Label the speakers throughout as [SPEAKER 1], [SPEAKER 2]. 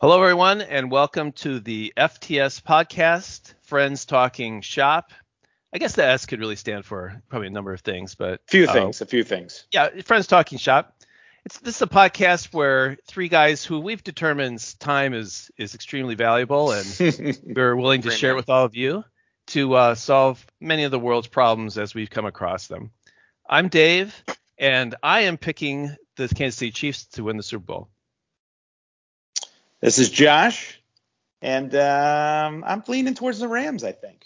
[SPEAKER 1] Hello, everyone, and welcome to the FTS podcast, Friends Talking Shop. I guess the S could really stand for probably a number of things, but
[SPEAKER 2] Few
[SPEAKER 1] uh,
[SPEAKER 2] things, a few things.
[SPEAKER 1] yeah, Friends Talking Shop. It's this is a podcast where three guys who we've determined's time is is extremely valuable, and we're willing to
[SPEAKER 3] Premium.
[SPEAKER 1] share with all of you to uh, solve many of the world's problems as we've come across them. I'm Dave, and I am picking the Kansas City Chiefs to win the Super Bowl.
[SPEAKER 2] this is Josh, and um, I'm leaning towards the Rams. I think.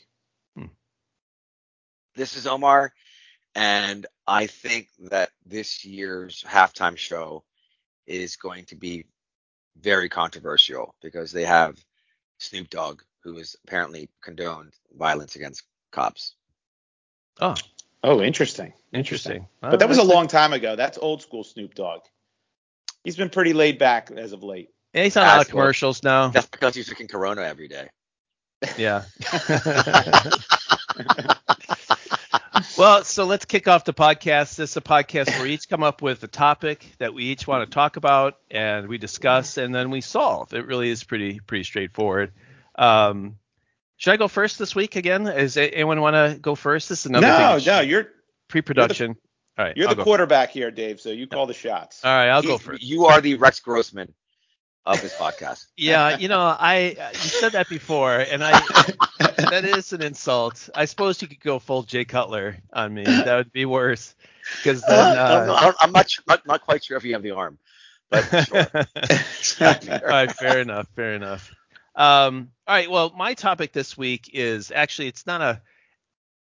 [SPEAKER 3] This is Omar, and I think that this year's halftime show is going to be very controversial because they have Snoop Dogg, who has apparently condoned violence against cops.
[SPEAKER 1] Oh,
[SPEAKER 2] Oh, interesting.
[SPEAKER 1] interesting. Uh,
[SPEAKER 2] But that was a
[SPEAKER 1] that's-
[SPEAKER 2] long time ago. That's old school Snoop Dogg. He's been pretty laid back as of late.
[SPEAKER 1] And he's on a lot of
[SPEAKER 3] Actual-
[SPEAKER 1] commercials now.
[SPEAKER 3] That's because he's drinking Corona every day.
[SPEAKER 1] Yeah. well, so let's kick off the podcast. This is a podcast where we each come up with a topic that we each want to talk about and we discuss and then we solve. It really is pretty pretty straightforward. Um, should I go first this week again? Is a- anyone want to go first? This is another thing.
[SPEAKER 2] no,
[SPEAKER 1] that's
[SPEAKER 2] no, you're
[SPEAKER 1] Pre-production. All right.
[SPEAKER 2] you're
[SPEAKER 1] I'll
[SPEAKER 2] the
[SPEAKER 1] go. Uh,
[SPEAKER 2] quarterback here, Dave. So you call the shots.
[SPEAKER 1] All right, I'll
[SPEAKER 3] He-
[SPEAKER 1] go first.
[SPEAKER 3] You are the Rex Grossman of this podcast.
[SPEAKER 1] Yeah, you know, I uh, you said that before, and I that is an insult. I suppose you could go full Jay Cutler on me. That would be worse, because then.
[SPEAKER 3] I don't know.
[SPEAKER 1] Uh,
[SPEAKER 3] I don't- I'm not, su- not not quite sure if you have the arm, but sure.
[SPEAKER 1] all right, fair enough, fair enough. Um, all right, well, my topic this week is actually it's not a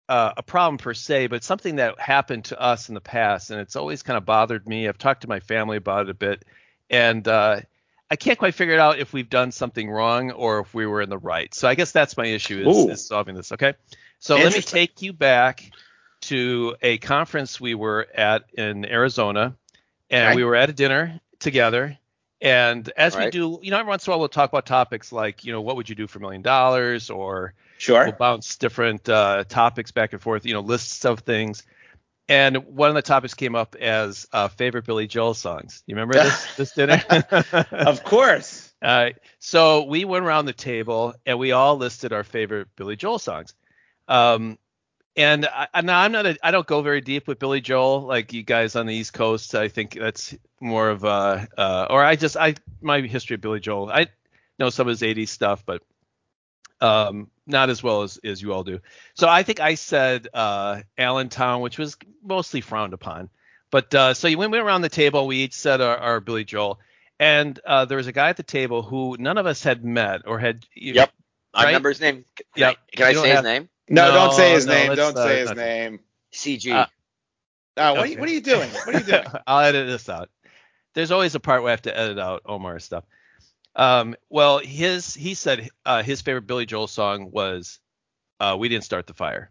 [SPEAKER 1] uh, a problem per se, but something that happened to us in the past, and it's always kind of bothered me. I've talked to my family about it a bit, and uh, I can't quite figure it out if we've done something wrong or if we were in the right. So I guess that's my issue is,
[SPEAKER 2] Ooh.
[SPEAKER 1] is solving this. Okay, so let me
[SPEAKER 2] Interesting.
[SPEAKER 1] take you back to a conference we were at in Arizona, and
[SPEAKER 3] Okay.
[SPEAKER 1] we were at a dinner together. And as we
[SPEAKER 3] Right.
[SPEAKER 1] do, you know, every once in a while we'll talk about topics like, you know, what would you do for a million dollars, or
[SPEAKER 2] Sure.
[SPEAKER 1] We'll bounce different uh, topics back and forth, you know, lists of things. And one of the topics came up as uh, favorite Billy Joel songs. You remember this this dinner?
[SPEAKER 2] of course.
[SPEAKER 1] Uh, so we went around the table and we all listed our favorite Billy Joel songs. Um, and I, and I'm not a, I don't go very deep with Billy Joel like you guys on the East Coast. I think that's more of a uh, or I just I my history of Billy Joel. I know some of his 80s stuff, but um, not as well as as you all do. So I think I said uh, Allentown, which was mostly frowned upon. But uh, so you- when we went around the table, we each said our, our Billy Joel, and uh, there was a guy at the table who none of us had met or had. e-,
[SPEAKER 3] Yep. I
[SPEAKER 1] Right?
[SPEAKER 3] remember his name. Can I-
[SPEAKER 1] Yep.
[SPEAKER 3] Can I
[SPEAKER 1] You don't
[SPEAKER 3] say his
[SPEAKER 1] have-
[SPEAKER 3] name?
[SPEAKER 2] No,
[SPEAKER 1] No,
[SPEAKER 2] don't say his
[SPEAKER 1] no,
[SPEAKER 2] name.
[SPEAKER 1] let's,
[SPEAKER 2] Don't
[SPEAKER 1] uh,
[SPEAKER 2] say his
[SPEAKER 1] not-
[SPEAKER 2] name.
[SPEAKER 3] CG.
[SPEAKER 1] Uh,
[SPEAKER 2] No, what, are
[SPEAKER 1] okay.
[SPEAKER 2] you, what are you doing? What are you doing?
[SPEAKER 1] I'll edit this out. There's always a part where I have to edit out Omar's stuff. Um, well, his he said uh, his favorite Billy Joel song was uh, "We Didn't Start the Fire,"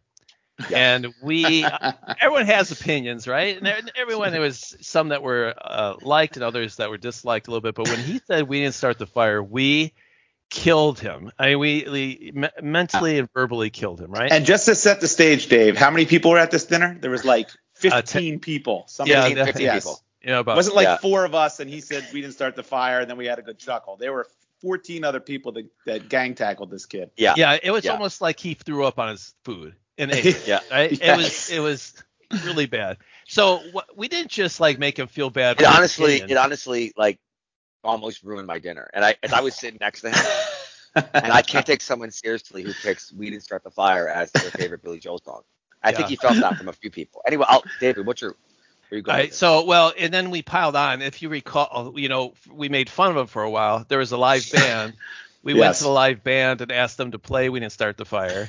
[SPEAKER 1] and we everyone has opinions, right? And there- everyone there was some that were uh, liked and others that were disliked a little bit. But when he said we didn't start the fire, we killed him. I mean, we, we me- mentally and verbally killed him, right?
[SPEAKER 2] And just to set the stage, Dave, how many people were at this dinner? There was like 15
[SPEAKER 1] Uh,
[SPEAKER 2] people. Somebody,
[SPEAKER 1] yeah,
[SPEAKER 3] 15,
[SPEAKER 1] that-
[SPEAKER 3] 15
[SPEAKER 2] yes.
[SPEAKER 3] people.
[SPEAKER 1] you know
[SPEAKER 2] It
[SPEAKER 1] about
[SPEAKER 2] wasn't like
[SPEAKER 3] Yeah.
[SPEAKER 2] four of us, and he said we didn't start the fire, and then we had a good chuckle. There were 14 other people that, that gang tackled this kid.
[SPEAKER 3] Yeah.
[SPEAKER 1] yeah. It was
[SPEAKER 3] Yeah.
[SPEAKER 1] almost like he threw up on his food and ate it.
[SPEAKER 3] Yeah.
[SPEAKER 1] Right?
[SPEAKER 2] Yes.
[SPEAKER 1] It was it was really bad. So wh- we didn't just like make him feel bad.
[SPEAKER 3] It
[SPEAKER 1] for his
[SPEAKER 3] honestly,
[SPEAKER 1] opinion.
[SPEAKER 3] it honestly like almost ruined my dinner. And I, and I was sitting next to him, and I can't take someone seriously who picks "We Didn't Start the Fire" as their favorite Billy Joel song. I
[SPEAKER 1] Yeah.
[SPEAKER 3] think he felt that from a few people. Anyway, I'll, David, what's your, where you
[SPEAKER 1] All
[SPEAKER 3] going?
[SPEAKER 1] right.
[SPEAKER 3] with
[SPEAKER 1] So, well, and then we piled on. If you recall, you know, we made fun of him for a while. There was a live band. We went
[SPEAKER 2] Yes.
[SPEAKER 1] to the live band and asked them to play. We didn't start the fire.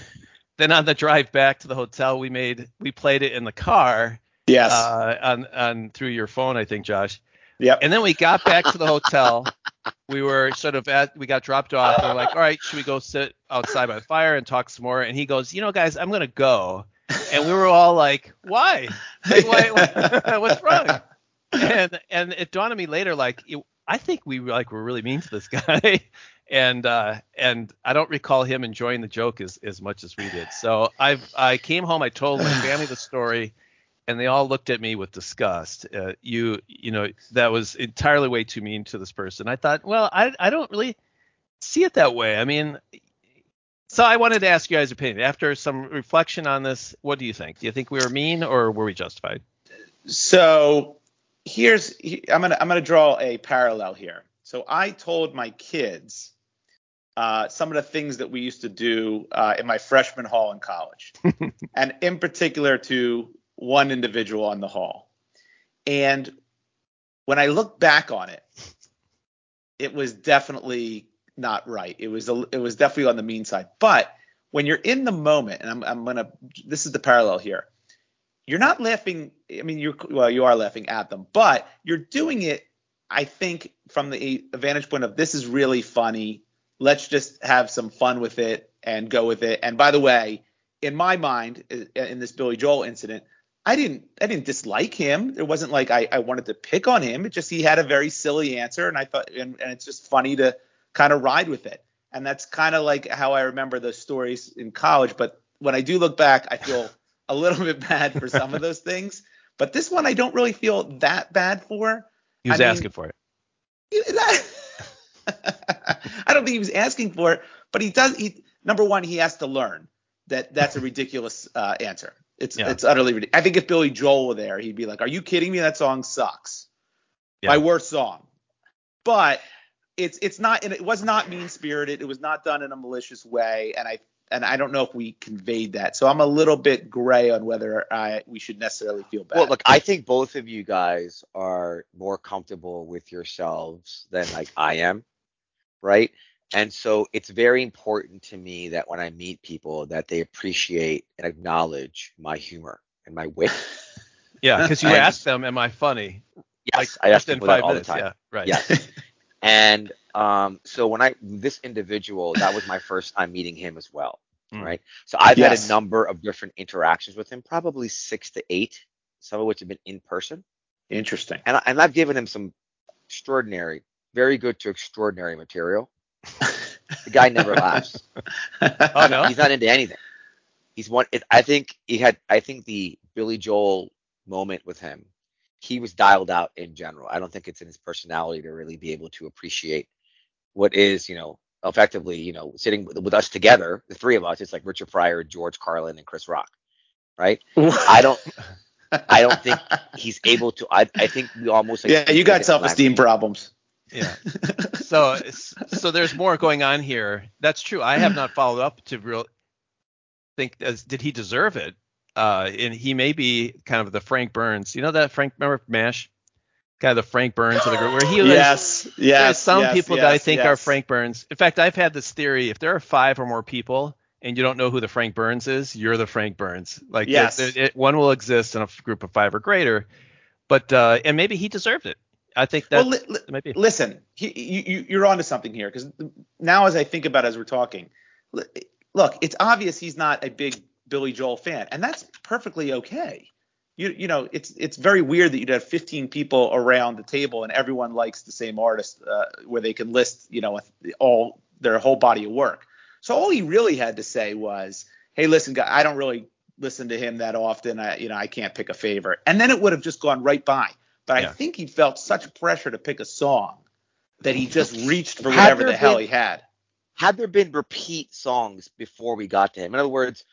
[SPEAKER 1] Then on the drive back to the hotel, we made we played it in the car
[SPEAKER 2] Yes.
[SPEAKER 1] uh, on on through your phone, I think, Josh.
[SPEAKER 2] yep.
[SPEAKER 1] And then we got back to the hotel. We were sort of at, we got dropped off. And we're like, all right, should we go sit outside by the fire and talk some more? And he goes, you know, guys, I'm going to go. And we were all like, why? Like, why, why what's wrong? And, and it dawned on me later, like, it, I think we were like, were really mean to this guy. And, uh, and I don't recall him enjoying the joke as, as much as we did. So I, I came home, I told my family the story and they all looked at me with disgust. Uh, you, you know, that was entirely way too mean to this person. I thought, well, I, I don't really, see it that way. I mean, so I wanted to ask you guys' opinion. After some reflection on this, what do you think? Do you think we were mean or were we justified?
[SPEAKER 2] So here's he- I'm gonna I'm gonna draw a parallel here. So I told my kids uh, some of the things that we used to do uh, in my freshman hall in college, and in particular to one individual on the hall. And when I look back on it, it was definitely not right. It was a, it was definitely on the mean side. But when you're in the moment, and I'm I'm gonna this is the parallel here. You're not laughing. I mean, you're well, you are laughing at them, but you're doing it. I think from the vantage point of this is really funny. Let's just have some fun with it and go with it. And by the way, in my mind, i- in this Billy Joel incident, I didn't I didn't dislike him. It wasn't like I, I wanted to pick on him. It just he had a very silly answer, and I thought and, and it's just funny to kind of ride with it. And that's kind of like how I remember those stories in college. But when I do look back, I feel a little bit bad for some of those things. But this one I don't really feel that bad for.
[SPEAKER 1] He was
[SPEAKER 2] I mean-
[SPEAKER 1] asking for it.
[SPEAKER 2] I don't think he was asking for it, but he does. He number one, he has to learn that that's a ridiculous uh, answer. It's
[SPEAKER 1] Yeah.
[SPEAKER 2] it's utterly ridiculous. I think if Billy Joel were there, he'd be like, "Are you kidding me? That song sucks.
[SPEAKER 1] Yeah.
[SPEAKER 2] My worst song." But it's it's not and it was not mean spirited. It was not done in a malicious way, and I and I don't know if we conveyed that. So I'm a little bit gray on whether I we should necessarily feel bad.
[SPEAKER 3] Well, look, I think both of you guys are more comfortable with yourselves than like I am, right? And so it's very important to me that when I meet people that they appreciate and acknowledge my humor and my wit.
[SPEAKER 1] Yeah, because you
[SPEAKER 3] I
[SPEAKER 1] asked them, "Am I funny?"
[SPEAKER 3] Yes, I ask
[SPEAKER 1] within
[SPEAKER 3] people that
[SPEAKER 1] five
[SPEAKER 3] all
[SPEAKER 1] minutes,
[SPEAKER 3] the time.
[SPEAKER 1] Yeah, right.
[SPEAKER 3] Yes. and um, so when I this individual, that was my first time meeting him as well,
[SPEAKER 1] Mm.
[SPEAKER 3] right? So I've had
[SPEAKER 2] Yes.
[SPEAKER 3] a number of different interactions with him, probably six to eight, some of which have been in person,
[SPEAKER 2] Interesting.
[SPEAKER 3] and I, and I've given him some extraordinary, very good to extraordinary material. the guy never laughs.
[SPEAKER 1] Oh no.
[SPEAKER 3] He's not into anything. He's one. It, I think he had. I think the Billy Joel moment with him, he was dialed out in general. I don't think it's in his personality to really be able to appreciate what is, you know, effectively, you know, sitting with, with us together, the three of us. It's like Richard Pryor, George Carlin, and Chris Rock, right? I don't. I don't think he's able to. I. I think we almost. Like
[SPEAKER 2] yeah, you got self-esteem problems.
[SPEAKER 1] Yeah. So so there's more going on here. That's true. I have not followed up to real think as did he deserve it? Uh, and he may be kind of the Frank Burns. You know that Frank remember Mash? Kind of the Frank Burns of the group where he was
[SPEAKER 2] yes, yes.
[SPEAKER 1] there's some
[SPEAKER 2] yes,
[SPEAKER 1] people that I
[SPEAKER 2] yes,
[SPEAKER 1] think are
[SPEAKER 2] yes.
[SPEAKER 1] Frank Burns. In fact, I've had this theory: if there are five or more people and you don't know who the Frank Burns is, you're the Frank Burns. Like there-
[SPEAKER 2] Yes.
[SPEAKER 1] there- it- one will exist in a f- group of five or greater. But uh, and maybe he deserved it. I think that
[SPEAKER 2] Well, li- li-
[SPEAKER 1] it might be.
[SPEAKER 2] listen, he, you, you- you're onto something here because now as I think about it as we're talking, li- look, it's obvious he's not a big Billy Joel fan, and that's perfectly okay. You, you know, it's it's very weird that you'd have 15 people around the table and everyone likes the same artist, uh, where they can list, you know, all their whole body of work. So all he really had to say was, "Hey, listen, guy, I don't really listen to him that often. I, you know, I can't pick a favorite." And then it would have just gone right by. But
[SPEAKER 1] Yeah.
[SPEAKER 2] I think he felt such pressure to pick a song that he just reached for
[SPEAKER 3] Had
[SPEAKER 2] whatever
[SPEAKER 3] there
[SPEAKER 2] the hell
[SPEAKER 3] been-
[SPEAKER 2] he had.
[SPEAKER 3] Had there been repeat songs before we got to him? In other words,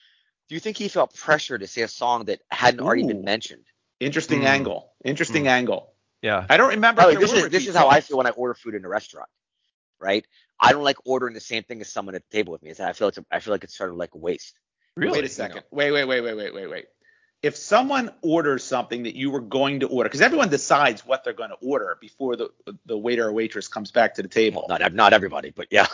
[SPEAKER 3] do you think he felt pressure to say a song that hadn't already
[SPEAKER 2] Ooh.
[SPEAKER 3] been mentioned?
[SPEAKER 2] Interesting
[SPEAKER 1] Hmm.
[SPEAKER 2] angle. Interesting
[SPEAKER 1] Hmm.
[SPEAKER 2] angle.
[SPEAKER 1] Yeah.
[SPEAKER 2] I don't remember.
[SPEAKER 3] By the
[SPEAKER 2] if there
[SPEAKER 3] way, this
[SPEAKER 2] were
[SPEAKER 3] is this
[SPEAKER 2] repeat
[SPEAKER 3] is how I
[SPEAKER 2] songs.
[SPEAKER 3] feel when I order food in a restaurant, right? I don't like ordering the same thing as someone at the table with me. It's- I feel it's a, I feel like it's sort of like a waste.
[SPEAKER 1] Really?
[SPEAKER 2] Wait a second. Wait, wait, wait, wait, wait, wait, wait. If someone orders something that you were going to order, because everyone decides what they're going to order before the the waiter or waitress comes back to the table.
[SPEAKER 3] Not not everybody, but yeah.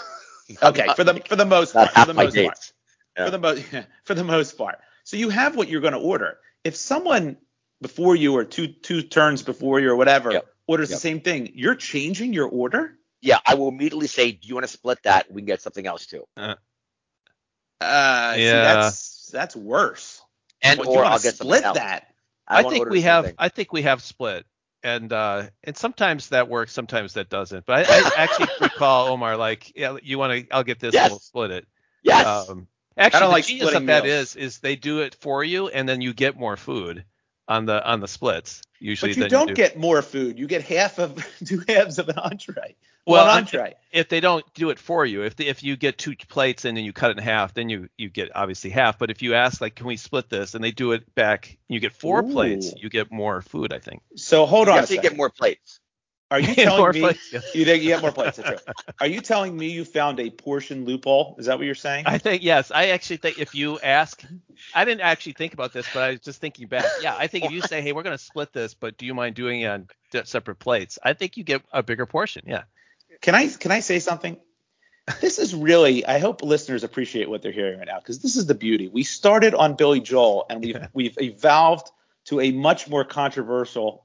[SPEAKER 2] okay, for the for the most
[SPEAKER 3] Not
[SPEAKER 2] part, for
[SPEAKER 3] Uh, half
[SPEAKER 2] the
[SPEAKER 3] my
[SPEAKER 2] most part,
[SPEAKER 3] dates. Yeah.
[SPEAKER 2] for the most for the most part. So you have what you're going to order. If someone before you or two two turns before you or whatever
[SPEAKER 3] Yep.
[SPEAKER 2] orders the
[SPEAKER 3] Yep.
[SPEAKER 2] same thing, you're changing your order.
[SPEAKER 3] Yeah, I will immediately say, do you want to split that? We can get something else too.
[SPEAKER 2] Uh, see,
[SPEAKER 1] Yeah.
[SPEAKER 2] that's that's worse.
[SPEAKER 3] And
[SPEAKER 2] Well, you
[SPEAKER 3] or
[SPEAKER 2] wanna
[SPEAKER 3] I'll get something
[SPEAKER 2] split
[SPEAKER 3] else.
[SPEAKER 2] that.
[SPEAKER 1] I,
[SPEAKER 3] won't
[SPEAKER 1] think
[SPEAKER 3] order
[SPEAKER 1] we
[SPEAKER 3] the same
[SPEAKER 1] have
[SPEAKER 3] thing.
[SPEAKER 1] I think we have split. And uh and sometimes that works, sometimes that doesn't. But I, I actually recall Omar like yeah, you want to I'll get this
[SPEAKER 3] Yes.
[SPEAKER 1] and we'll split it.
[SPEAKER 3] Yes.
[SPEAKER 2] uh,
[SPEAKER 1] Um actually
[SPEAKER 2] I don't
[SPEAKER 1] the
[SPEAKER 2] like
[SPEAKER 1] genius of
[SPEAKER 2] splitting
[SPEAKER 1] that is
[SPEAKER 2] meals.
[SPEAKER 1] is they do it for you and then you get more food. on the on the splits usually.
[SPEAKER 2] but you
[SPEAKER 1] than
[SPEAKER 2] don't
[SPEAKER 1] do.
[SPEAKER 2] get more food. You get half of two halves of an entree.
[SPEAKER 1] Well,
[SPEAKER 2] One
[SPEAKER 1] I-
[SPEAKER 2] entree.
[SPEAKER 1] if they don't do it for you. If the, if you get two plates and then you cut it in half, then you you get obviously half. But if you ask like, can we split this, and they do it back, you get four
[SPEAKER 2] Ooh.
[SPEAKER 1] plates. You get more food, I think.
[SPEAKER 2] So hold on.
[SPEAKER 3] Yeah,
[SPEAKER 2] a
[SPEAKER 3] so you
[SPEAKER 2] second.
[SPEAKER 3] get more plates.
[SPEAKER 2] Are you telling
[SPEAKER 1] More
[SPEAKER 2] me
[SPEAKER 1] plates, yeah.
[SPEAKER 2] you think you get more plates? That's right. Are you telling me you found a portion loophole? Is that what you're saying?
[SPEAKER 1] I think yes. I actually think if you ask, I didn't actually think about this, but I was just thinking back. Yeah, I think if you say, "Hey, we're going to split this, but do you mind doing it on d- separate plates?" I think you get a bigger portion. Yeah.
[SPEAKER 2] Can I can I say something? This is really I hope listeners appreciate what they're hearing right now because this is the beauty. We started on Billy Joel and we've we've evolved to a much more controversial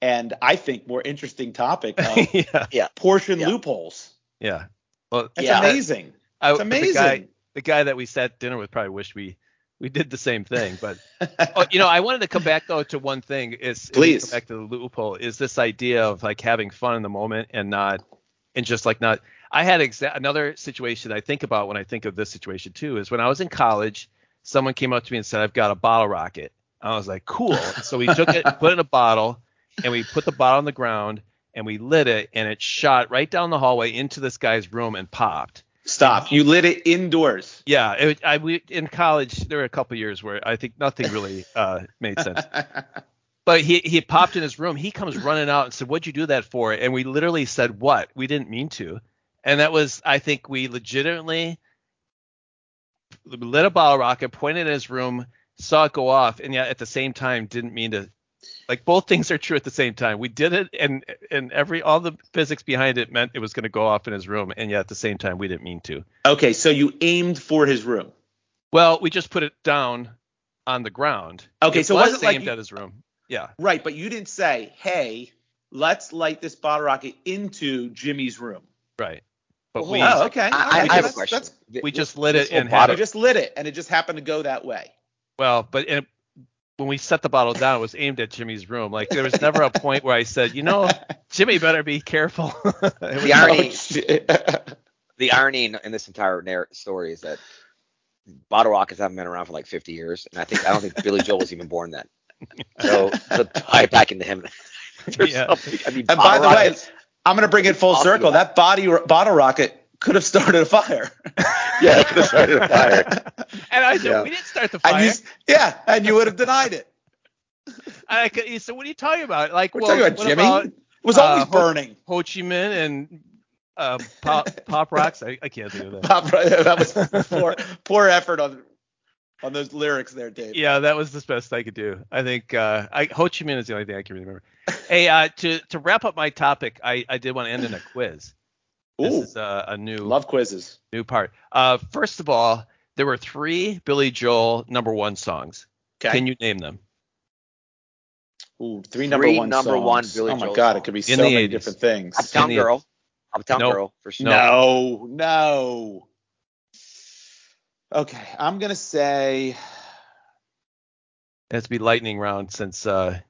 [SPEAKER 2] and I think more interesting topic of
[SPEAKER 1] yeah.
[SPEAKER 2] portion
[SPEAKER 3] Yeah.
[SPEAKER 2] loopholes.
[SPEAKER 1] Yeah. Well,
[SPEAKER 2] That's
[SPEAKER 3] Yeah.
[SPEAKER 2] amazing.
[SPEAKER 1] I,
[SPEAKER 2] It's
[SPEAKER 1] The
[SPEAKER 2] amazing.
[SPEAKER 1] guy, the guy that we sat dinner with probably wished we we did the same thing, but oh, you know, I wanted to come back though to one thing. Is if we
[SPEAKER 2] Please.
[SPEAKER 1] come back to the loophole is this idea of like having fun in the moment and not and just like not. I had exa- another situation I think about when I think of this situation too is when I was in college, someone came up to me and said, "I've got a bottle rocket." I was like, "Cool!" So we took it, put it in a bottle, and we put the bottle on the ground and we lit it, and it shot right down the hallway into this guy's room and popped.
[SPEAKER 2] Stop. You lit it indoors.
[SPEAKER 1] Yeah, it, I we in college there were a couple years where I think nothing really uh, made sense. But he he popped in his room. He comes running out and said, "What'd you do that for?" And we literally said, "What?" We didn't mean to, and that was I think we legitimately lit a bottle rocket, pointed in his room, saw it go off, and yet at the same time didn't mean to. Like both things are true at the same time. We did it, and and every all the physics behind it meant it was going to go off in his room, and yet at the same time we didn't mean to.
[SPEAKER 2] okay, so you aimed for his room.
[SPEAKER 1] Well, we just put it down on the ground.
[SPEAKER 2] Okay,
[SPEAKER 1] it
[SPEAKER 2] so it
[SPEAKER 1] was
[SPEAKER 2] wasn't like
[SPEAKER 1] aimed
[SPEAKER 2] you-
[SPEAKER 1] at his room. Yeah.
[SPEAKER 2] Right, but you didn't say, "Hey, let's light this bottle rocket into Jimmy's room."
[SPEAKER 1] Right. But
[SPEAKER 3] Well,
[SPEAKER 1] we
[SPEAKER 3] hold on.
[SPEAKER 2] Oh, okay. all
[SPEAKER 3] I,
[SPEAKER 2] right,
[SPEAKER 3] I have a
[SPEAKER 2] that's-
[SPEAKER 3] question.
[SPEAKER 2] that's-
[SPEAKER 3] Th-
[SPEAKER 1] we
[SPEAKER 3] this-
[SPEAKER 1] just lit
[SPEAKER 3] this
[SPEAKER 1] it
[SPEAKER 3] whole
[SPEAKER 1] and had
[SPEAKER 2] I
[SPEAKER 3] bottle-
[SPEAKER 2] just lit it, and it just happened to go that way.
[SPEAKER 1] well, but it, when we set the bottle down, it was aimed at Jimmy's room. Like there was never a point where I said, you know, Jimmy better be careful. It was-
[SPEAKER 3] The irony,
[SPEAKER 2] shit.
[SPEAKER 3] the irony in, in this entire narr- story is that bottle rockets haven't been around for like 50 years, and I think I don't think Billy Joel was even born then. So to tie it back into him, there's
[SPEAKER 1] Yeah.
[SPEAKER 3] something- I mean,
[SPEAKER 2] and by
[SPEAKER 3] bottle
[SPEAKER 2] the way,
[SPEAKER 3] rockets-
[SPEAKER 2] I'm gonna bring it full
[SPEAKER 3] Off the
[SPEAKER 2] circle.
[SPEAKER 3] wall.
[SPEAKER 2] That body bottle rocket could have started a fire.
[SPEAKER 3] yeah, it could have started a fire.
[SPEAKER 1] and I said,
[SPEAKER 3] Yeah.
[SPEAKER 1] we didn't start the fire.
[SPEAKER 2] And
[SPEAKER 1] And,
[SPEAKER 2] you, yeah, and you would have denied it.
[SPEAKER 1] I could, he said, what are you talking about? Like,
[SPEAKER 2] We're
[SPEAKER 1] well,
[SPEAKER 2] talking about
[SPEAKER 1] what
[SPEAKER 2] Jimmy.
[SPEAKER 1] about
[SPEAKER 2] it was
[SPEAKER 1] uh,
[SPEAKER 2] always
[SPEAKER 1] Ho-
[SPEAKER 2] burning.
[SPEAKER 1] Ho Chi Minh and uh, pop, pop rocks? I, I can't do that.
[SPEAKER 2] Bob, that was poor, poor effort on on those lyrics there, Dave.
[SPEAKER 1] Yeah, that was the best I could do. I think uh, I, Ho Chi Minh is the only thing I can remember. Hey, uh, to to wrap up my topic, I, I did want to end in a quiz. This
[SPEAKER 2] Ooh,
[SPEAKER 1] is uh, a new
[SPEAKER 2] love quizzes.
[SPEAKER 1] new part. Uh, first of all, there were three Billy Joel number one songs.
[SPEAKER 2] Okay.
[SPEAKER 1] Can you name them?
[SPEAKER 2] Ooh, three number
[SPEAKER 3] Three
[SPEAKER 2] one
[SPEAKER 3] number
[SPEAKER 2] songs.
[SPEAKER 3] one Billy
[SPEAKER 2] oh my
[SPEAKER 3] Joel
[SPEAKER 2] god,
[SPEAKER 3] songs.
[SPEAKER 2] it could be
[SPEAKER 1] In
[SPEAKER 2] so
[SPEAKER 1] the
[SPEAKER 2] many
[SPEAKER 1] 80s.
[SPEAKER 2] different things.
[SPEAKER 1] I'm
[SPEAKER 3] Uptown
[SPEAKER 1] the-
[SPEAKER 3] Girl, Uptown
[SPEAKER 1] Nope.
[SPEAKER 3] Girl for sure.
[SPEAKER 2] No, no. Okay, I'm gonna say
[SPEAKER 1] It has to be lightning round since uh,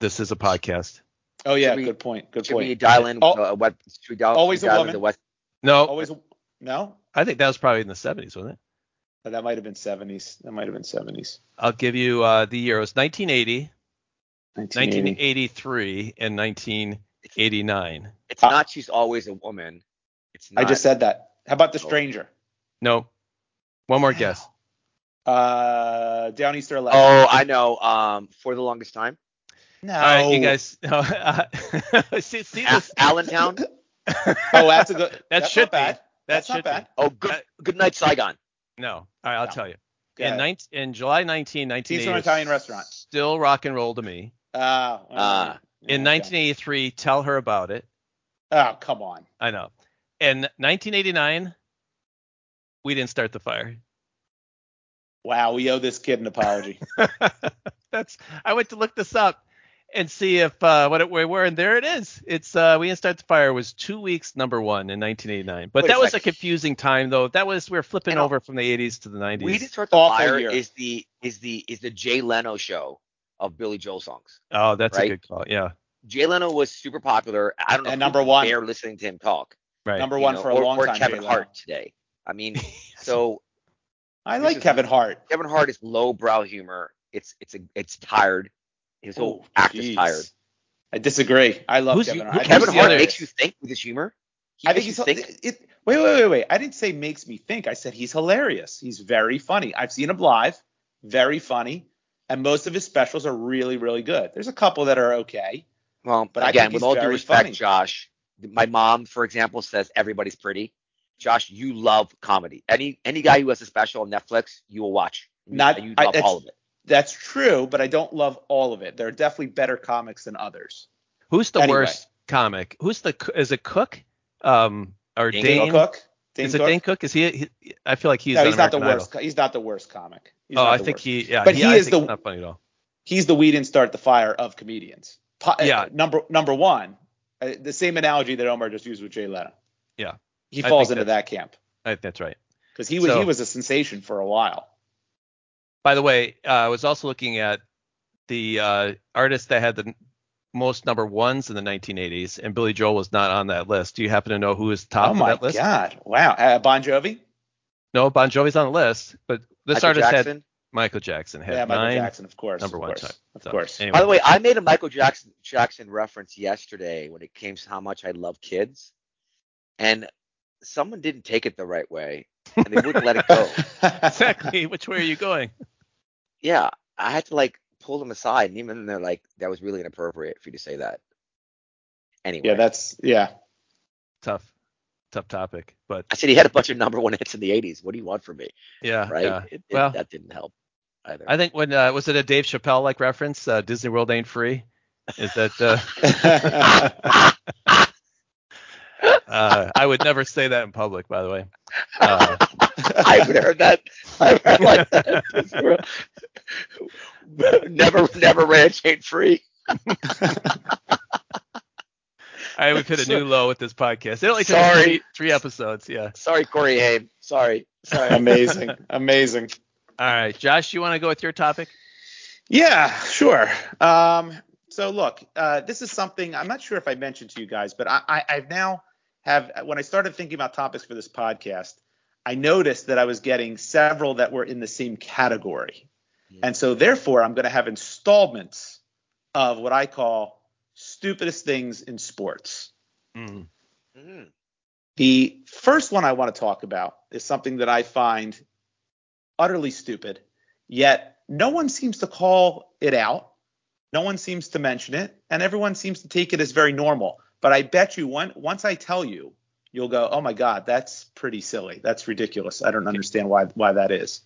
[SPEAKER 1] this is a podcast.
[SPEAKER 2] Oh yeah,
[SPEAKER 3] Should we-
[SPEAKER 2] good point. Good
[SPEAKER 3] Should we
[SPEAKER 2] point.
[SPEAKER 3] dial in?
[SPEAKER 2] Oh.
[SPEAKER 3] uh, what, should we dial,
[SPEAKER 2] Always
[SPEAKER 3] should we
[SPEAKER 2] a
[SPEAKER 3] dial
[SPEAKER 2] woman.
[SPEAKER 3] into what-
[SPEAKER 1] No,
[SPEAKER 2] Always no?
[SPEAKER 1] I think that was probably in the 70s, wasn't it?
[SPEAKER 2] Oh, That might have been seventies. That might have been seventies.
[SPEAKER 1] I'll give you uh, the year. It was 1980, 1983, and 1989.
[SPEAKER 3] It's
[SPEAKER 2] Uh,
[SPEAKER 3] not. She's always a woman. It's
[SPEAKER 2] I
[SPEAKER 3] not.
[SPEAKER 2] just said that. How about the stranger?
[SPEAKER 1] No. One more guess.
[SPEAKER 2] Uh Downeaster Eleven.
[SPEAKER 3] Oh, I know. Um, for the longest time,
[SPEAKER 2] no.
[SPEAKER 1] All right, you guys. No, uh, see, see
[SPEAKER 3] A-
[SPEAKER 1] this?
[SPEAKER 3] Allentown.
[SPEAKER 2] Oh, that's a good That that's
[SPEAKER 1] should
[SPEAKER 2] not bad.
[SPEAKER 1] be. That
[SPEAKER 2] that's
[SPEAKER 1] should
[SPEAKER 2] not bad.
[SPEAKER 1] Be.
[SPEAKER 3] Oh,
[SPEAKER 2] Uh,
[SPEAKER 3] good. Good night, Saigon.
[SPEAKER 1] No. All right, I'll
[SPEAKER 2] No.
[SPEAKER 1] tell you.
[SPEAKER 2] Go
[SPEAKER 1] in,
[SPEAKER 2] ahead.
[SPEAKER 1] nine in July 19,
[SPEAKER 2] Pizza and
[SPEAKER 1] 1980,
[SPEAKER 2] Italian restaurant.
[SPEAKER 1] still rock and roll to me.
[SPEAKER 2] Uh,
[SPEAKER 3] Ah.
[SPEAKER 1] In 1983, tell her about it.
[SPEAKER 2] Oh, come on.
[SPEAKER 1] I know. In 1989, we didn't start the fire.
[SPEAKER 2] Wow, we owe this kid an apology.
[SPEAKER 1] That's. I went to look this up and see if uh, what it, we were, and there it is. It's uh, we didn't start the fire was two weeks number one in 1989. But
[SPEAKER 3] Wait a
[SPEAKER 1] that was a
[SPEAKER 3] second.
[SPEAKER 1] confusing time though. That was we were flipping
[SPEAKER 3] And I'll-
[SPEAKER 1] over from the 80s to the 90s.
[SPEAKER 3] We didn't start the
[SPEAKER 2] Awful
[SPEAKER 3] fire.
[SPEAKER 2] year.
[SPEAKER 3] Is the is the is the Jay Leno show of Billy Joel songs.
[SPEAKER 1] oh, that's a
[SPEAKER 3] right?
[SPEAKER 1] good call. Yeah,
[SPEAKER 3] Jay Leno was super popular. I don't know.
[SPEAKER 2] And
[SPEAKER 3] who
[SPEAKER 2] number
[SPEAKER 3] could
[SPEAKER 2] one.
[SPEAKER 3] bear listening to him talk.
[SPEAKER 1] right.
[SPEAKER 2] Number
[SPEAKER 3] you
[SPEAKER 2] one
[SPEAKER 3] know,
[SPEAKER 2] for a
[SPEAKER 3] or,
[SPEAKER 2] long
[SPEAKER 3] or
[SPEAKER 2] time.
[SPEAKER 3] Kevin
[SPEAKER 2] Jay Leno.
[SPEAKER 3] Hart today. I mean, so
[SPEAKER 2] I
[SPEAKER 3] This
[SPEAKER 2] like
[SPEAKER 3] is-
[SPEAKER 2] Kevin Hart.
[SPEAKER 3] Kevin Hart is lowbrow humor. It's it's a, it's tired. His whole
[SPEAKER 2] Oh,
[SPEAKER 3] act
[SPEAKER 2] jeez.
[SPEAKER 3] is tired.
[SPEAKER 2] I disagree. I love
[SPEAKER 1] Who's- who-
[SPEAKER 2] Kevin Hart. I think
[SPEAKER 3] Kevin
[SPEAKER 1] the
[SPEAKER 2] he's
[SPEAKER 3] Hart
[SPEAKER 1] other-
[SPEAKER 3] makes you think with his humor. He
[SPEAKER 2] I think
[SPEAKER 3] makes
[SPEAKER 2] he's
[SPEAKER 3] you think.
[SPEAKER 2] It, wait, wait, wait, wait. I didn't say makes me think. I said he's hilarious. He's very funny. I've seen him live, very funny, and most of his specials are really, really good. There's a couple that are okay.
[SPEAKER 3] Well,
[SPEAKER 2] But
[SPEAKER 3] but
[SPEAKER 2] I
[SPEAKER 3] again,
[SPEAKER 2] think
[SPEAKER 3] with
[SPEAKER 2] he's
[SPEAKER 3] all due
[SPEAKER 2] very
[SPEAKER 3] respect,
[SPEAKER 2] funny.
[SPEAKER 3] Josh, th- my mom, for example, says everybody's pretty. Josh, you love comedy. Any any guy who has a special on Netflix, you will watch. You-
[SPEAKER 2] Not-
[SPEAKER 3] you
[SPEAKER 2] I-
[SPEAKER 3] love
[SPEAKER 2] it's-
[SPEAKER 3] all of it.
[SPEAKER 2] That's true, but I don't love all of it. There are definitely better comics than others.
[SPEAKER 1] Who's the
[SPEAKER 2] Anyway.
[SPEAKER 1] worst comic? Who's the c- is it Cook? Um or
[SPEAKER 3] Dane
[SPEAKER 1] Dane?
[SPEAKER 2] Dane Cook. Dane
[SPEAKER 1] is it
[SPEAKER 2] Cook?
[SPEAKER 1] Dane Cook? Is he? he I feel like he's.
[SPEAKER 2] no,
[SPEAKER 1] on
[SPEAKER 2] he's not the
[SPEAKER 1] American
[SPEAKER 2] worst.
[SPEAKER 1] Idol.
[SPEAKER 2] co- He's not the worst comic. He's
[SPEAKER 1] oh,
[SPEAKER 2] not
[SPEAKER 1] I
[SPEAKER 2] the
[SPEAKER 1] think
[SPEAKER 2] worst.
[SPEAKER 1] he. Yeah,
[SPEAKER 2] But he
[SPEAKER 1] I
[SPEAKER 2] is
[SPEAKER 1] think he's
[SPEAKER 2] the-
[SPEAKER 1] not funny at all.
[SPEAKER 2] he's the we didn't start the fire of comedians. Po- uh,
[SPEAKER 1] Yeah.
[SPEAKER 2] Number number one, uh, the same analogy that Omar just used with Jay Leno.
[SPEAKER 1] Yeah.
[SPEAKER 2] He
[SPEAKER 1] I
[SPEAKER 2] falls
[SPEAKER 1] think
[SPEAKER 2] into that camp
[SPEAKER 1] I think that's right.
[SPEAKER 2] because he was
[SPEAKER 1] So-
[SPEAKER 2] he was a sensation for a while.
[SPEAKER 1] By the way, uh, I was also looking at the uh, artist that had the n- most number ones in the 1980s, and Billy Joel was not on that list. Do you happen to know who is top
[SPEAKER 2] oh
[SPEAKER 1] of
[SPEAKER 2] my
[SPEAKER 1] that list?
[SPEAKER 2] God! Wow. Uh, bon Jovi.
[SPEAKER 1] No, Bon Jovi's on the list, but this
[SPEAKER 3] Michael
[SPEAKER 1] artist
[SPEAKER 3] Jackson.
[SPEAKER 1] had Michael Jackson had
[SPEAKER 2] yeah, Michael
[SPEAKER 1] nine.
[SPEAKER 2] Jackson, of course.
[SPEAKER 1] number
[SPEAKER 2] of
[SPEAKER 1] one
[SPEAKER 2] course,
[SPEAKER 1] time.
[SPEAKER 2] Of
[SPEAKER 1] So,
[SPEAKER 2] course.
[SPEAKER 1] anyway.
[SPEAKER 3] By the way, I made a Michael Jackson Jackson reference yesterday when it came to how much I love kids, and someone didn't take it the right way, and they wouldn't let it go.
[SPEAKER 2] Oh.
[SPEAKER 1] exactly. Which way are you going?
[SPEAKER 3] Yeah, I had to like pull them aside, and even they're like, "That was really inappropriate for you to say that." Anyway,
[SPEAKER 2] yeah, that's yeah.
[SPEAKER 1] Tough, tough topic. But
[SPEAKER 3] I said he had a bunch of number one hits in the '80s. What do you want from me?
[SPEAKER 1] yeah,
[SPEAKER 3] right?
[SPEAKER 1] Uh, yeah.
[SPEAKER 3] It- it-
[SPEAKER 1] Well-
[SPEAKER 3] that didn't help either.
[SPEAKER 1] I think when uh, was it a Dave Chappelle like reference? Uh, Disney World ain't free. Is that uh, uh, I would never say that in public, by the way. Uh,
[SPEAKER 3] I haven't heard that. I haven't heard like that. never, never ranch ain't free.
[SPEAKER 1] all right, we've hit a new low with this podcast. It only took us
[SPEAKER 3] Sorry.
[SPEAKER 1] three, three episodes. Yeah.
[SPEAKER 3] Sorry, Corey Haim. Sorry, sorry.
[SPEAKER 2] amazing, amazing.
[SPEAKER 1] All right, Josh, you want to go with your topic?
[SPEAKER 2] Yeah, sure. Um, so look, uh, this is something I'm not sure if I mentioned to you guys, but I, I, I've now have when I started thinking about topics for this podcast, I noticed that I was getting several that were in the same category,
[SPEAKER 3] Yeah.
[SPEAKER 2] and so therefore I'm going to have installments of what I call stupidest things in sports. Mm-hmm.
[SPEAKER 1] Mm.
[SPEAKER 3] Mm.
[SPEAKER 2] The first one I want to talk about is something that I find utterly stupid, yet no one seems to call it out. No one seems to mention it, and everyone seems to take it as very normal. But I bet you, one, once I tell you, you'll go, "Oh my God, that's pretty silly. That's ridiculous. I don't understand why why that is."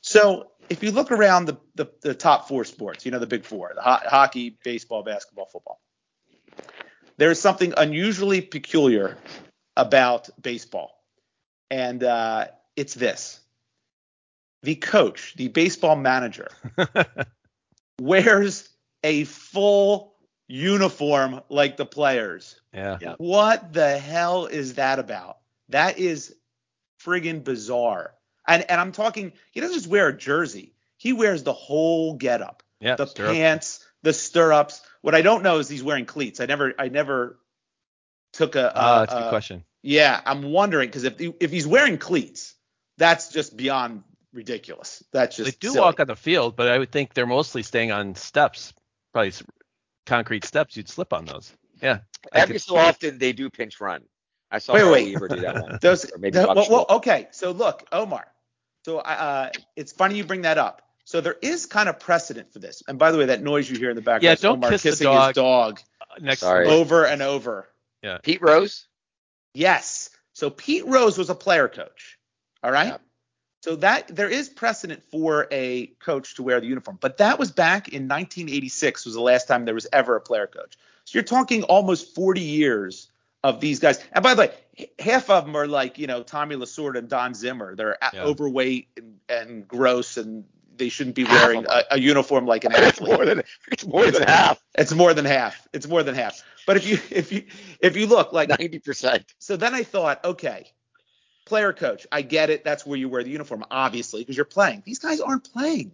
[SPEAKER 2] So if you look around the the, the top four sports, you know the big four: the ho- hockey, baseball, basketball, football. There is something unusually peculiar about baseball, and uh, it's this: the coach, the baseball manager, wears a full uniform like the players.
[SPEAKER 1] yeah.
[SPEAKER 3] Yeah.
[SPEAKER 2] What the hell is that about? That is friggin' bizarre. And and I'm talking, he doesn't just wear a jersey. He wears the whole getup
[SPEAKER 1] Yeah.
[SPEAKER 2] the
[SPEAKER 1] stir up.
[SPEAKER 2] pants, the stirrups. What I don't know is he's wearing cleats. I never, I never took a.
[SPEAKER 1] Ah,
[SPEAKER 2] uh,
[SPEAKER 1] that's a good
[SPEAKER 2] uh,
[SPEAKER 1] question.
[SPEAKER 2] Yeah, I'm wondering because if he- if he's wearing cleats, that's just beyond ridiculous. That's
[SPEAKER 1] They
[SPEAKER 2] just
[SPEAKER 1] do
[SPEAKER 2] silly.
[SPEAKER 1] walk on the field, but I would think they're mostly staying on steps, probably s- concrete steps. You'd slip on those. Yeah. I
[SPEAKER 3] Every
[SPEAKER 1] could-
[SPEAKER 3] so often they do pinch run. I saw
[SPEAKER 2] Wait,
[SPEAKER 3] Corey
[SPEAKER 2] wait.
[SPEAKER 3] Weaver do that one.
[SPEAKER 2] Those,
[SPEAKER 3] or maybe
[SPEAKER 2] the-
[SPEAKER 3] Buck
[SPEAKER 2] well, well,
[SPEAKER 3] Showalter.
[SPEAKER 2] okay. So look, Omar. So I- uh, it's funny you bring that up. So there is kind of precedent for this. And by the way, that noise you hear in the background,
[SPEAKER 1] Yeah,
[SPEAKER 2] is
[SPEAKER 1] don't
[SPEAKER 2] Omar
[SPEAKER 1] kiss the
[SPEAKER 2] kissing
[SPEAKER 1] dog.
[SPEAKER 2] his dog
[SPEAKER 1] Uh, next.
[SPEAKER 3] Sorry.
[SPEAKER 2] over and over.
[SPEAKER 3] Pete Rose.
[SPEAKER 2] Yes. So Pete Rose was a player coach. All right.
[SPEAKER 3] Yeah.
[SPEAKER 2] So that there is precedent for a coach to wear the uniform, but that was back in 1986 was the last time there was ever a player coach. So you're talking almost 40 years of these guys. And by the way, h- half of them are like you know Tommy Lasorda and Don Zimmer. They're a-
[SPEAKER 1] Yeah.
[SPEAKER 2] overweight and, and gross, and they shouldn't be
[SPEAKER 3] Half of
[SPEAKER 2] wearing a, a uniform like an
[SPEAKER 3] It's
[SPEAKER 2] athlete.
[SPEAKER 3] more than it's more than half.
[SPEAKER 2] It's more than half. It's more than half. But if you if you if you look like
[SPEAKER 3] Ninety percent.
[SPEAKER 2] so then I thought, okay, player coach, I get it. That's where you wear the uniform, obviously, because you're playing. These guys aren't playing.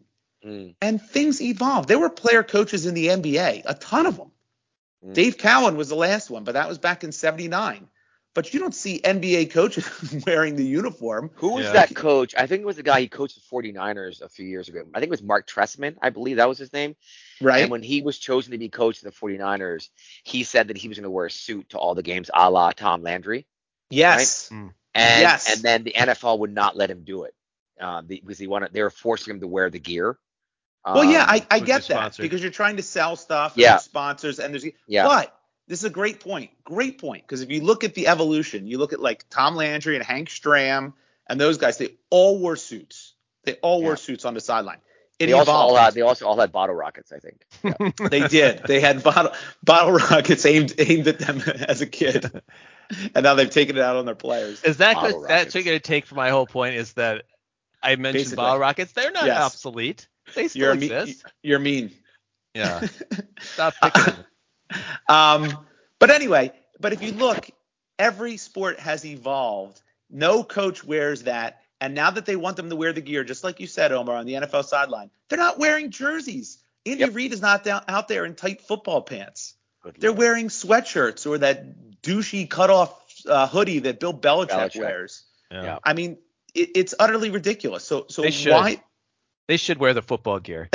[SPEAKER 1] Mm.
[SPEAKER 2] And things evolved. There were player coaches in the NBA, a ton of them.
[SPEAKER 3] Mm.
[SPEAKER 2] Dave Cowan was the last one, but that was back in 79. But you don't see NBA coaches wearing the uniform.
[SPEAKER 3] Who was
[SPEAKER 1] Yeah.
[SPEAKER 3] that coach? I think it was the guy he coached the 49ers a few years ago. I think it was Mark Tressman. I believe that was his name.
[SPEAKER 2] Right.
[SPEAKER 3] And when he was chosen to be coach of the 49ers, he said that he was going to wear a suit to all the games, a la Tom Landry.
[SPEAKER 2] yes.
[SPEAKER 3] And,
[SPEAKER 2] Yes.
[SPEAKER 3] and then the NFL would not let him do it uh, the- because they wanted they were forcing him to wear the gear.
[SPEAKER 2] Well, yeah,
[SPEAKER 3] Um,
[SPEAKER 2] I, I
[SPEAKER 1] Would be
[SPEAKER 2] get that
[SPEAKER 1] sponsored.
[SPEAKER 2] because you're trying to sell stuff and
[SPEAKER 3] Yeah.
[SPEAKER 2] there's sponsors and there's
[SPEAKER 3] yeah.
[SPEAKER 2] But this is a great point. Great point. Because if you look at the evolution, you look at like Tom Landry and Hank Stram and those guys, they all wore suits. They all
[SPEAKER 3] Yeah.
[SPEAKER 2] wore suits on the sideline. It
[SPEAKER 3] they also all
[SPEAKER 2] evolved.
[SPEAKER 3] had, they also all had bottle rockets, I think.
[SPEAKER 2] they did. They had bottle, bottle rockets aimed aimed at them as a kid. And now they've taken it out on their players.
[SPEAKER 1] Is that
[SPEAKER 3] Bottle
[SPEAKER 1] good, that's
[SPEAKER 3] rockets.
[SPEAKER 1] what you're gonna take for my whole point? Is that I mentioned
[SPEAKER 2] Basically.
[SPEAKER 1] bottle rockets? They're not
[SPEAKER 2] Yes.
[SPEAKER 1] obsolete. They still
[SPEAKER 2] You're a me-
[SPEAKER 1] exist.
[SPEAKER 2] You're mean.
[SPEAKER 1] yeah. Stop picking. on me.
[SPEAKER 2] Um, but anyway, but if you look, every sport has evolved. No coach wears that. And now that they want them to wear the gear, just like you said, Omar, on the NFL sideline, they're not wearing jerseys. Andy
[SPEAKER 3] Yep.
[SPEAKER 2] Reid is not down, out there in tight football pants.
[SPEAKER 3] Good
[SPEAKER 2] They're
[SPEAKER 3] lord.
[SPEAKER 2] wearing sweatshirts or that douchey cutoff uh, hoodie that Bill Belichick,
[SPEAKER 3] Belichick.
[SPEAKER 2] wears.
[SPEAKER 1] Yeah.
[SPEAKER 2] I mean, it, it's utterly ridiculous. So, so
[SPEAKER 1] They should.
[SPEAKER 2] why?
[SPEAKER 1] They should wear the football gear.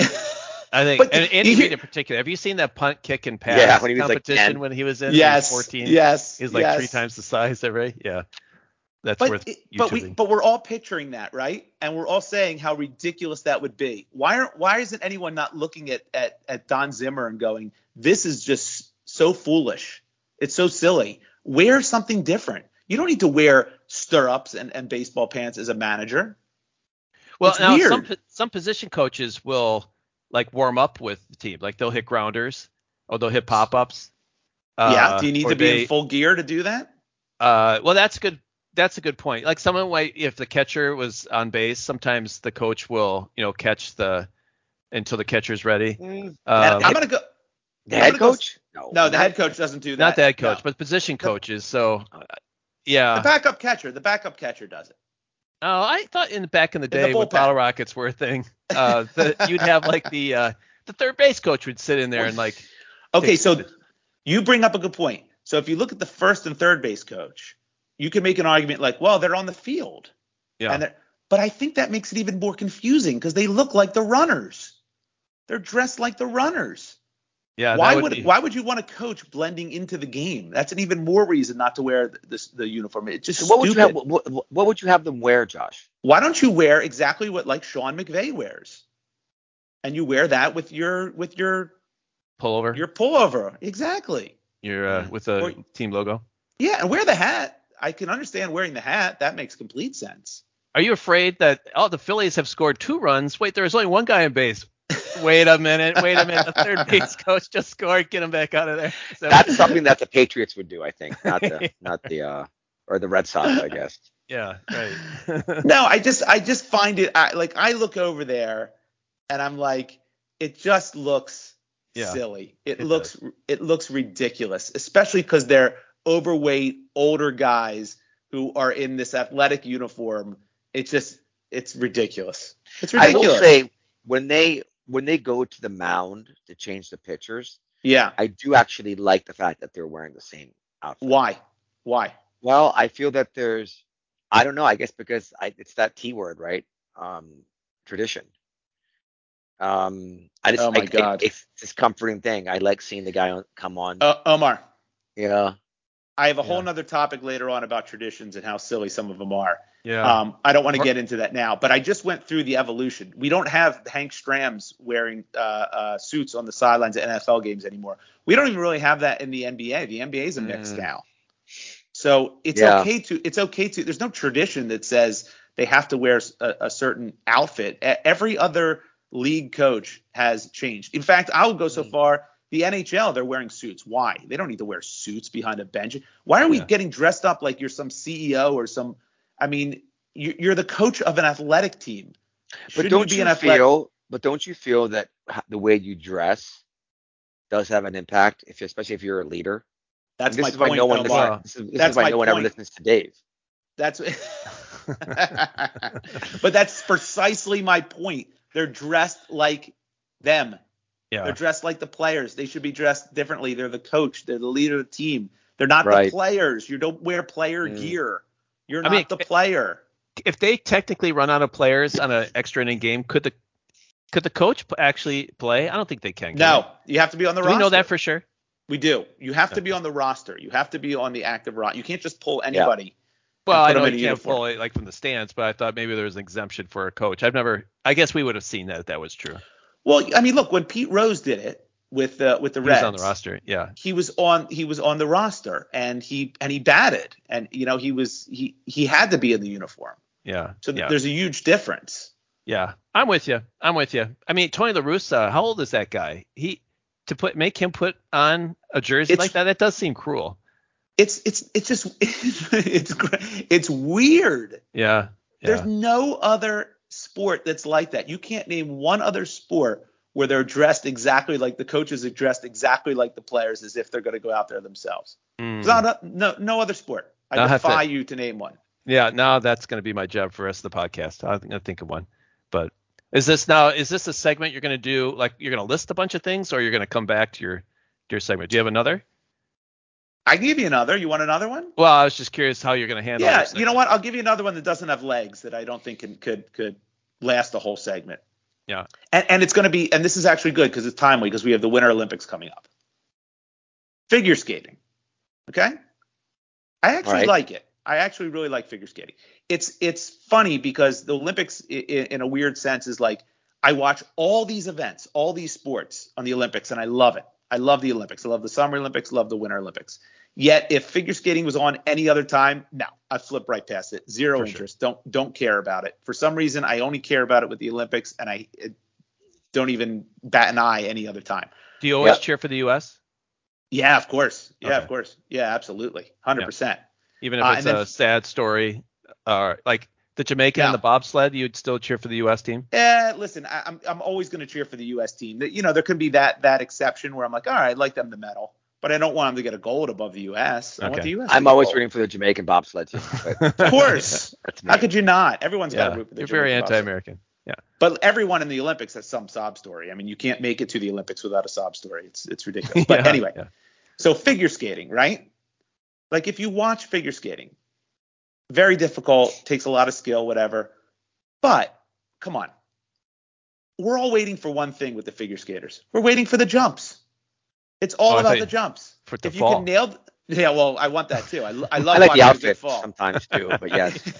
[SPEAKER 1] I think,
[SPEAKER 2] But
[SPEAKER 1] and
[SPEAKER 2] you-
[SPEAKER 1] Andy
[SPEAKER 2] you-
[SPEAKER 1] Reid in particular. Have you seen that punt, kick, and pass
[SPEAKER 3] Yeah, when he was, like,
[SPEAKER 1] competition
[SPEAKER 3] 10.
[SPEAKER 1] when he was in? when he was
[SPEAKER 2] yes,
[SPEAKER 1] 14.
[SPEAKER 2] yes,
[SPEAKER 1] He's like
[SPEAKER 2] yes.
[SPEAKER 1] three times the size, is that right? Yeah. That's
[SPEAKER 2] but
[SPEAKER 1] worth
[SPEAKER 2] it- but we
[SPEAKER 1] YouTubing.
[SPEAKER 2] but we're all picturing that right and we're all saying how ridiculous that would be why aren't why isn't anyone not looking at at, at don zimmer and going this is just so foolish it's so silly wear something different you don't need to wear stirrups and, and baseball pants as a manager
[SPEAKER 1] Well,
[SPEAKER 2] It's
[SPEAKER 1] now some
[SPEAKER 2] weird.
[SPEAKER 1] po- some position coaches will like warm up with the team, like they'll hit grounders or they'll hit Uh, pop ups.
[SPEAKER 2] yeah do you need to be in full gear to do that
[SPEAKER 1] Uh, well, that's good. That's a good point. Like someone might, if the catcher was on base, sometimes the coach will, you know, catch the until the catcher's ready.
[SPEAKER 3] Mm,
[SPEAKER 1] Um,
[SPEAKER 2] i'm gonna go
[SPEAKER 3] the
[SPEAKER 2] I'm
[SPEAKER 3] head
[SPEAKER 2] gonna go-
[SPEAKER 3] coach? No.
[SPEAKER 2] no the
[SPEAKER 3] not-
[SPEAKER 2] head coach doesn't do that
[SPEAKER 1] not the head coach,
[SPEAKER 2] No.
[SPEAKER 1] but position
[SPEAKER 2] The-
[SPEAKER 1] coaches. So, uh,
[SPEAKER 2] the
[SPEAKER 1] yeah.
[SPEAKER 2] backup catcher the backup catcher does it
[SPEAKER 1] Oh, I thought in the back in the
[SPEAKER 2] the
[SPEAKER 1] day when
[SPEAKER 2] bullpen.
[SPEAKER 1] bottle rockets were a thing, uh, that you'd have like the uh, the third base coach would sit in there and like
[SPEAKER 2] Okay,
[SPEAKER 1] takes
[SPEAKER 2] so
[SPEAKER 1] it.
[SPEAKER 2] you bring up a good point. So if you look at the first and third base coach, you can make an argument like, well, they're on the field.
[SPEAKER 1] Yeah.
[SPEAKER 2] And they're- but I think that makes it even more confusing because they look like the runners. They're dressed like the runners.
[SPEAKER 1] yeah.
[SPEAKER 2] why
[SPEAKER 1] that
[SPEAKER 2] would,
[SPEAKER 1] be-
[SPEAKER 2] why would you want a coach blending into the game? That's an even more reason not to wear the, the uniform. It's just
[SPEAKER 3] So what would you have?
[SPEAKER 2] stupid.
[SPEAKER 3] What, what, what would you have them wear, Josh?
[SPEAKER 2] Why don't you wear exactly what like Sean McVay wears? And you wear that with your with your
[SPEAKER 1] pullover?
[SPEAKER 2] your Mm. pullover. Exactly.
[SPEAKER 1] You're uh,
[SPEAKER 3] Yeah.
[SPEAKER 1] with a
[SPEAKER 2] Or-
[SPEAKER 1] team logo.
[SPEAKER 2] Yeah, and wear the hat. I can understand wearing the hat. That makes complete sense.
[SPEAKER 1] Are you afraid that oh the Phillies have scored two runs? Wait, there was only one guy on base. Wait a minute, wait a minute. The third base coach just scored. Get him back out of there. So,
[SPEAKER 3] That's something that the Patriots would do, I think. Not the, not the, uh, or the Red Sox, I guess.
[SPEAKER 1] yeah, right.
[SPEAKER 2] No, I just I just find it I, like I look over there and I'm like it just looks
[SPEAKER 1] Yeah,
[SPEAKER 2] silly. It,
[SPEAKER 1] it
[SPEAKER 2] looks it looks ridiculous, especially cuz they're overweight older guys who are in this athletic uniform. It's just it's ridiculous. It's
[SPEAKER 3] I will
[SPEAKER 2] ridiculous.
[SPEAKER 3] say when they when they go to the mound to change the pitchers,
[SPEAKER 2] yeah.
[SPEAKER 3] I do actually like the fact that they're wearing the same outfit.
[SPEAKER 2] Why? Why?
[SPEAKER 3] Well, I feel that there's, I don't know, I guess because I, it's that T word, right? Um, tradition. Um, I just,
[SPEAKER 2] Oh my
[SPEAKER 3] I- I-
[SPEAKER 2] God.
[SPEAKER 3] it's this comforting thing. I like seeing the guy on, come on.
[SPEAKER 2] Uh, Omar,
[SPEAKER 3] yeah,
[SPEAKER 2] I have a whole
[SPEAKER 1] Yeah.
[SPEAKER 2] nother topic later on about traditions and how silly some of them are.
[SPEAKER 1] Yeah.
[SPEAKER 2] Um, I don't want to
[SPEAKER 1] Or-
[SPEAKER 2] get into that now, but I just went through the evolution. We don't have Hank Strams wearing uh, uh, suits on the sidelines at NFL games anymore. We don't even really have that in the NBA. The NBA is a mix
[SPEAKER 3] Mm.
[SPEAKER 2] now, so it's
[SPEAKER 3] Yeah.
[SPEAKER 2] okay to it's okay to. There's no tradition that says they have to wear a, a certain outfit. E- Every other league coach has changed. In fact, I will go so
[SPEAKER 3] Mm.
[SPEAKER 2] far. The NHL, they're wearing suits. Why? They don't need to wear suits behind a bench. Why are we
[SPEAKER 1] Yeah.
[SPEAKER 2] getting dressed up like you're some CEO or some? I mean, you- you're the coach of an athletic team.
[SPEAKER 3] but
[SPEAKER 2] Shouldn't
[SPEAKER 3] don't
[SPEAKER 2] be
[SPEAKER 3] you,
[SPEAKER 2] an athletic?
[SPEAKER 3] feel? But don't you feel that h- the way you dress does have an impact, if especially if you're a leader?
[SPEAKER 2] That's
[SPEAKER 3] this
[SPEAKER 2] my
[SPEAKER 3] is why
[SPEAKER 2] point,
[SPEAKER 3] no one
[SPEAKER 2] Omar.
[SPEAKER 1] Omar.
[SPEAKER 3] listens. This is, this
[SPEAKER 2] That's
[SPEAKER 3] is why
[SPEAKER 2] my
[SPEAKER 3] no one ever
[SPEAKER 2] point.
[SPEAKER 3] listens to Dave.
[SPEAKER 2] That's. but that's precisely my point. They're dressed like them.
[SPEAKER 1] yeah.
[SPEAKER 2] They're dressed like the players. They should be dressed differently. They're the coach. They're the leader of the team. They're not
[SPEAKER 3] Right.
[SPEAKER 2] the players. You don't wear player
[SPEAKER 3] Mm.
[SPEAKER 2] gear. You're
[SPEAKER 1] I
[SPEAKER 2] not
[SPEAKER 1] mean,
[SPEAKER 2] the player.
[SPEAKER 1] If they technically run out of players on an extra inning game, could the could the coach p- actually play? I don't think they can. can
[SPEAKER 2] No, you have to be on the
[SPEAKER 1] they? do
[SPEAKER 2] roster.
[SPEAKER 1] we know that for sure?
[SPEAKER 2] We do. You have to be on the roster. You have to be on the active roster. You can't just pull
[SPEAKER 3] Yeah.
[SPEAKER 2] anybody.
[SPEAKER 1] Well,
[SPEAKER 2] put
[SPEAKER 1] I
[SPEAKER 2] them
[SPEAKER 1] know
[SPEAKER 2] in a
[SPEAKER 1] you can't
[SPEAKER 2] uniform.
[SPEAKER 1] pull it like from the stands, but I thought maybe there was an exemption for a coach. I've never. I guess we would have seen that if that was true.
[SPEAKER 2] Well, I mean, look, when Pete Rose did it with the with the
[SPEAKER 1] He
[SPEAKER 2] Reds,
[SPEAKER 1] was on the roster. Yeah.
[SPEAKER 2] he was on he was on the roster and he and he batted and you know he was he he had to be in the uniform.
[SPEAKER 1] Yeah.
[SPEAKER 2] So th-
[SPEAKER 1] yeah.
[SPEAKER 2] there's a huge difference.
[SPEAKER 1] Yeah, I'm with you. I'm with you. I mean, Tony La Russa, how old is that guy? He to put make him put on a jersey
[SPEAKER 2] It's-
[SPEAKER 1] like that. That does seem cruel.
[SPEAKER 2] It's it's it's just it's gr- it's weird.
[SPEAKER 1] Yeah. Yeah.
[SPEAKER 2] There's no other sport that's like that. You can't name one other sport where they're dressed exactly like the coaches are dressed exactly like the players as if they're going to go out there themselves.
[SPEAKER 1] Mm.
[SPEAKER 2] It's not a- no no other sport. I
[SPEAKER 1] I'll have to-
[SPEAKER 2] defy you to name one.
[SPEAKER 1] yeah. Now that's going to be my job for the rest of the podcast. I'm going to think of one. But is this now? Is this a segment you're going to do? Like you're going to list a bunch of things, or you're going to come back to your to your segment? Do you have another?
[SPEAKER 2] I can give you another. You want another one?
[SPEAKER 1] Well, I was just curious how you're going to handle.
[SPEAKER 2] Yeah,
[SPEAKER 1] your
[SPEAKER 2] you know what? I'll give you another one that doesn't have legs that I don't think can, could could last the whole segment.
[SPEAKER 1] Yeah.
[SPEAKER 2] And, and it's going to be, and this is actually good because it's timely because we have the Winter Olympics coming up. Figure skating. Okay. I actually
[SPEAKER 3] Alright.
[SPEAKER 2] like it. I actually really like figure skating. It's it's funny because the Olympics, i- i- in a weird sense, is like I watch all these events, all these sports on the Olympics, and I love it. I love the Olympics. I love the Summer Olympics. Love the Winter Olympics. Yet, if figure skating was on any other time, no, I flip right past it. Zero
[SPEAKER 1] For sure.
[SPEAKER 2] interest. Don't don't care about it. For some reason, I only care about it with the Olympics, and I eh, don't even bat an eye any other time.
[SPEAKER 1] do you always
[SPEAKER 3] Yeah.
[SPEAKER 1] cheer for the U.S.
[SPEAKER 2] Yeah, of course. Yeah,
[SPEAKER 1] Okay.
[SPEAKER 2] of course. Yeah, absolutely. Hundred percent.
[SPEAKER 1] Even if
[SPEAKER 2] Uh,
[SPEAKER 1] it's
[SPEAKER 2] and then-
[SPEAKER 1] a sad story, or like the Jamaican
[SPEAKER 2] Yeah.
[SPEAKER 1] and the bobsled, you'd still cheer for the U.S. team.
[SPEAKER 2] Eh, listen, I, I'm I'm always going to cheer for the U.S. team. That- You know, there could be that that exception where I'm like, all right, I'd like them to medal, but I don't want them to get a gold above the U.S. I want
[SPEAKER 1] Okay.
[SPEAKER 2] the U.S. to
[SPEAKER 3] I'm
[SPEAKER 2] get
[SPEAKER 3] always
[SPEAKER 2] gold.
[SPEAKER 3] rooting for the Jamaican bobsled team. But
[SPEAKER 2] Of course.
[SPEAKER 3] that's me.
[SPEAKER 2] How could you not? Everyone's got
[SPEAKER 1] Yeah,
[SPEAKER 2] to root for the
[SPEAKER 1] you're very
[SPEAKER 2] Jamaican bobsled.
[SPEAKER 1] anti-American.
[SPEAKER 2] But everyone in the Olympics has some sob story. I mean, you can't make it to the Olympics without a sob story. It's it's ridiculous. But
[SPEAKER 1] Yeah,
[SPEAKER 2] anyway,
[SPEAKER 1] yeah.
[SPEAKER 2] so figure skating, right? Like if you watch figure skating, very difficult, takes a lot of skill, whatever. But come on. We're all waiting for one thing with the figure skaters. We're waiting for the jumps. It's all
[SPEAKER 1] Oh, I
[SPEAKER 2] about
[SPEAKER 1] thought
[SPEAKER 2] the
[SPEAKER 1] you-
[SPEAKER 2] jumps.
[SPEAKER 1] for it to
[SPEAKER 2] If you
[SPEAKER 1] fall.
[SPEAKER 2] can nail Yeah, well, I want that too. I, lo- I love
[SPEAKER 3] I like the
[SPEAKER 2] watching a good
[SPEAKER 3] outfit
[SPEAKER 2] fall.
[SPEAKER 3] sometimes too, but yes.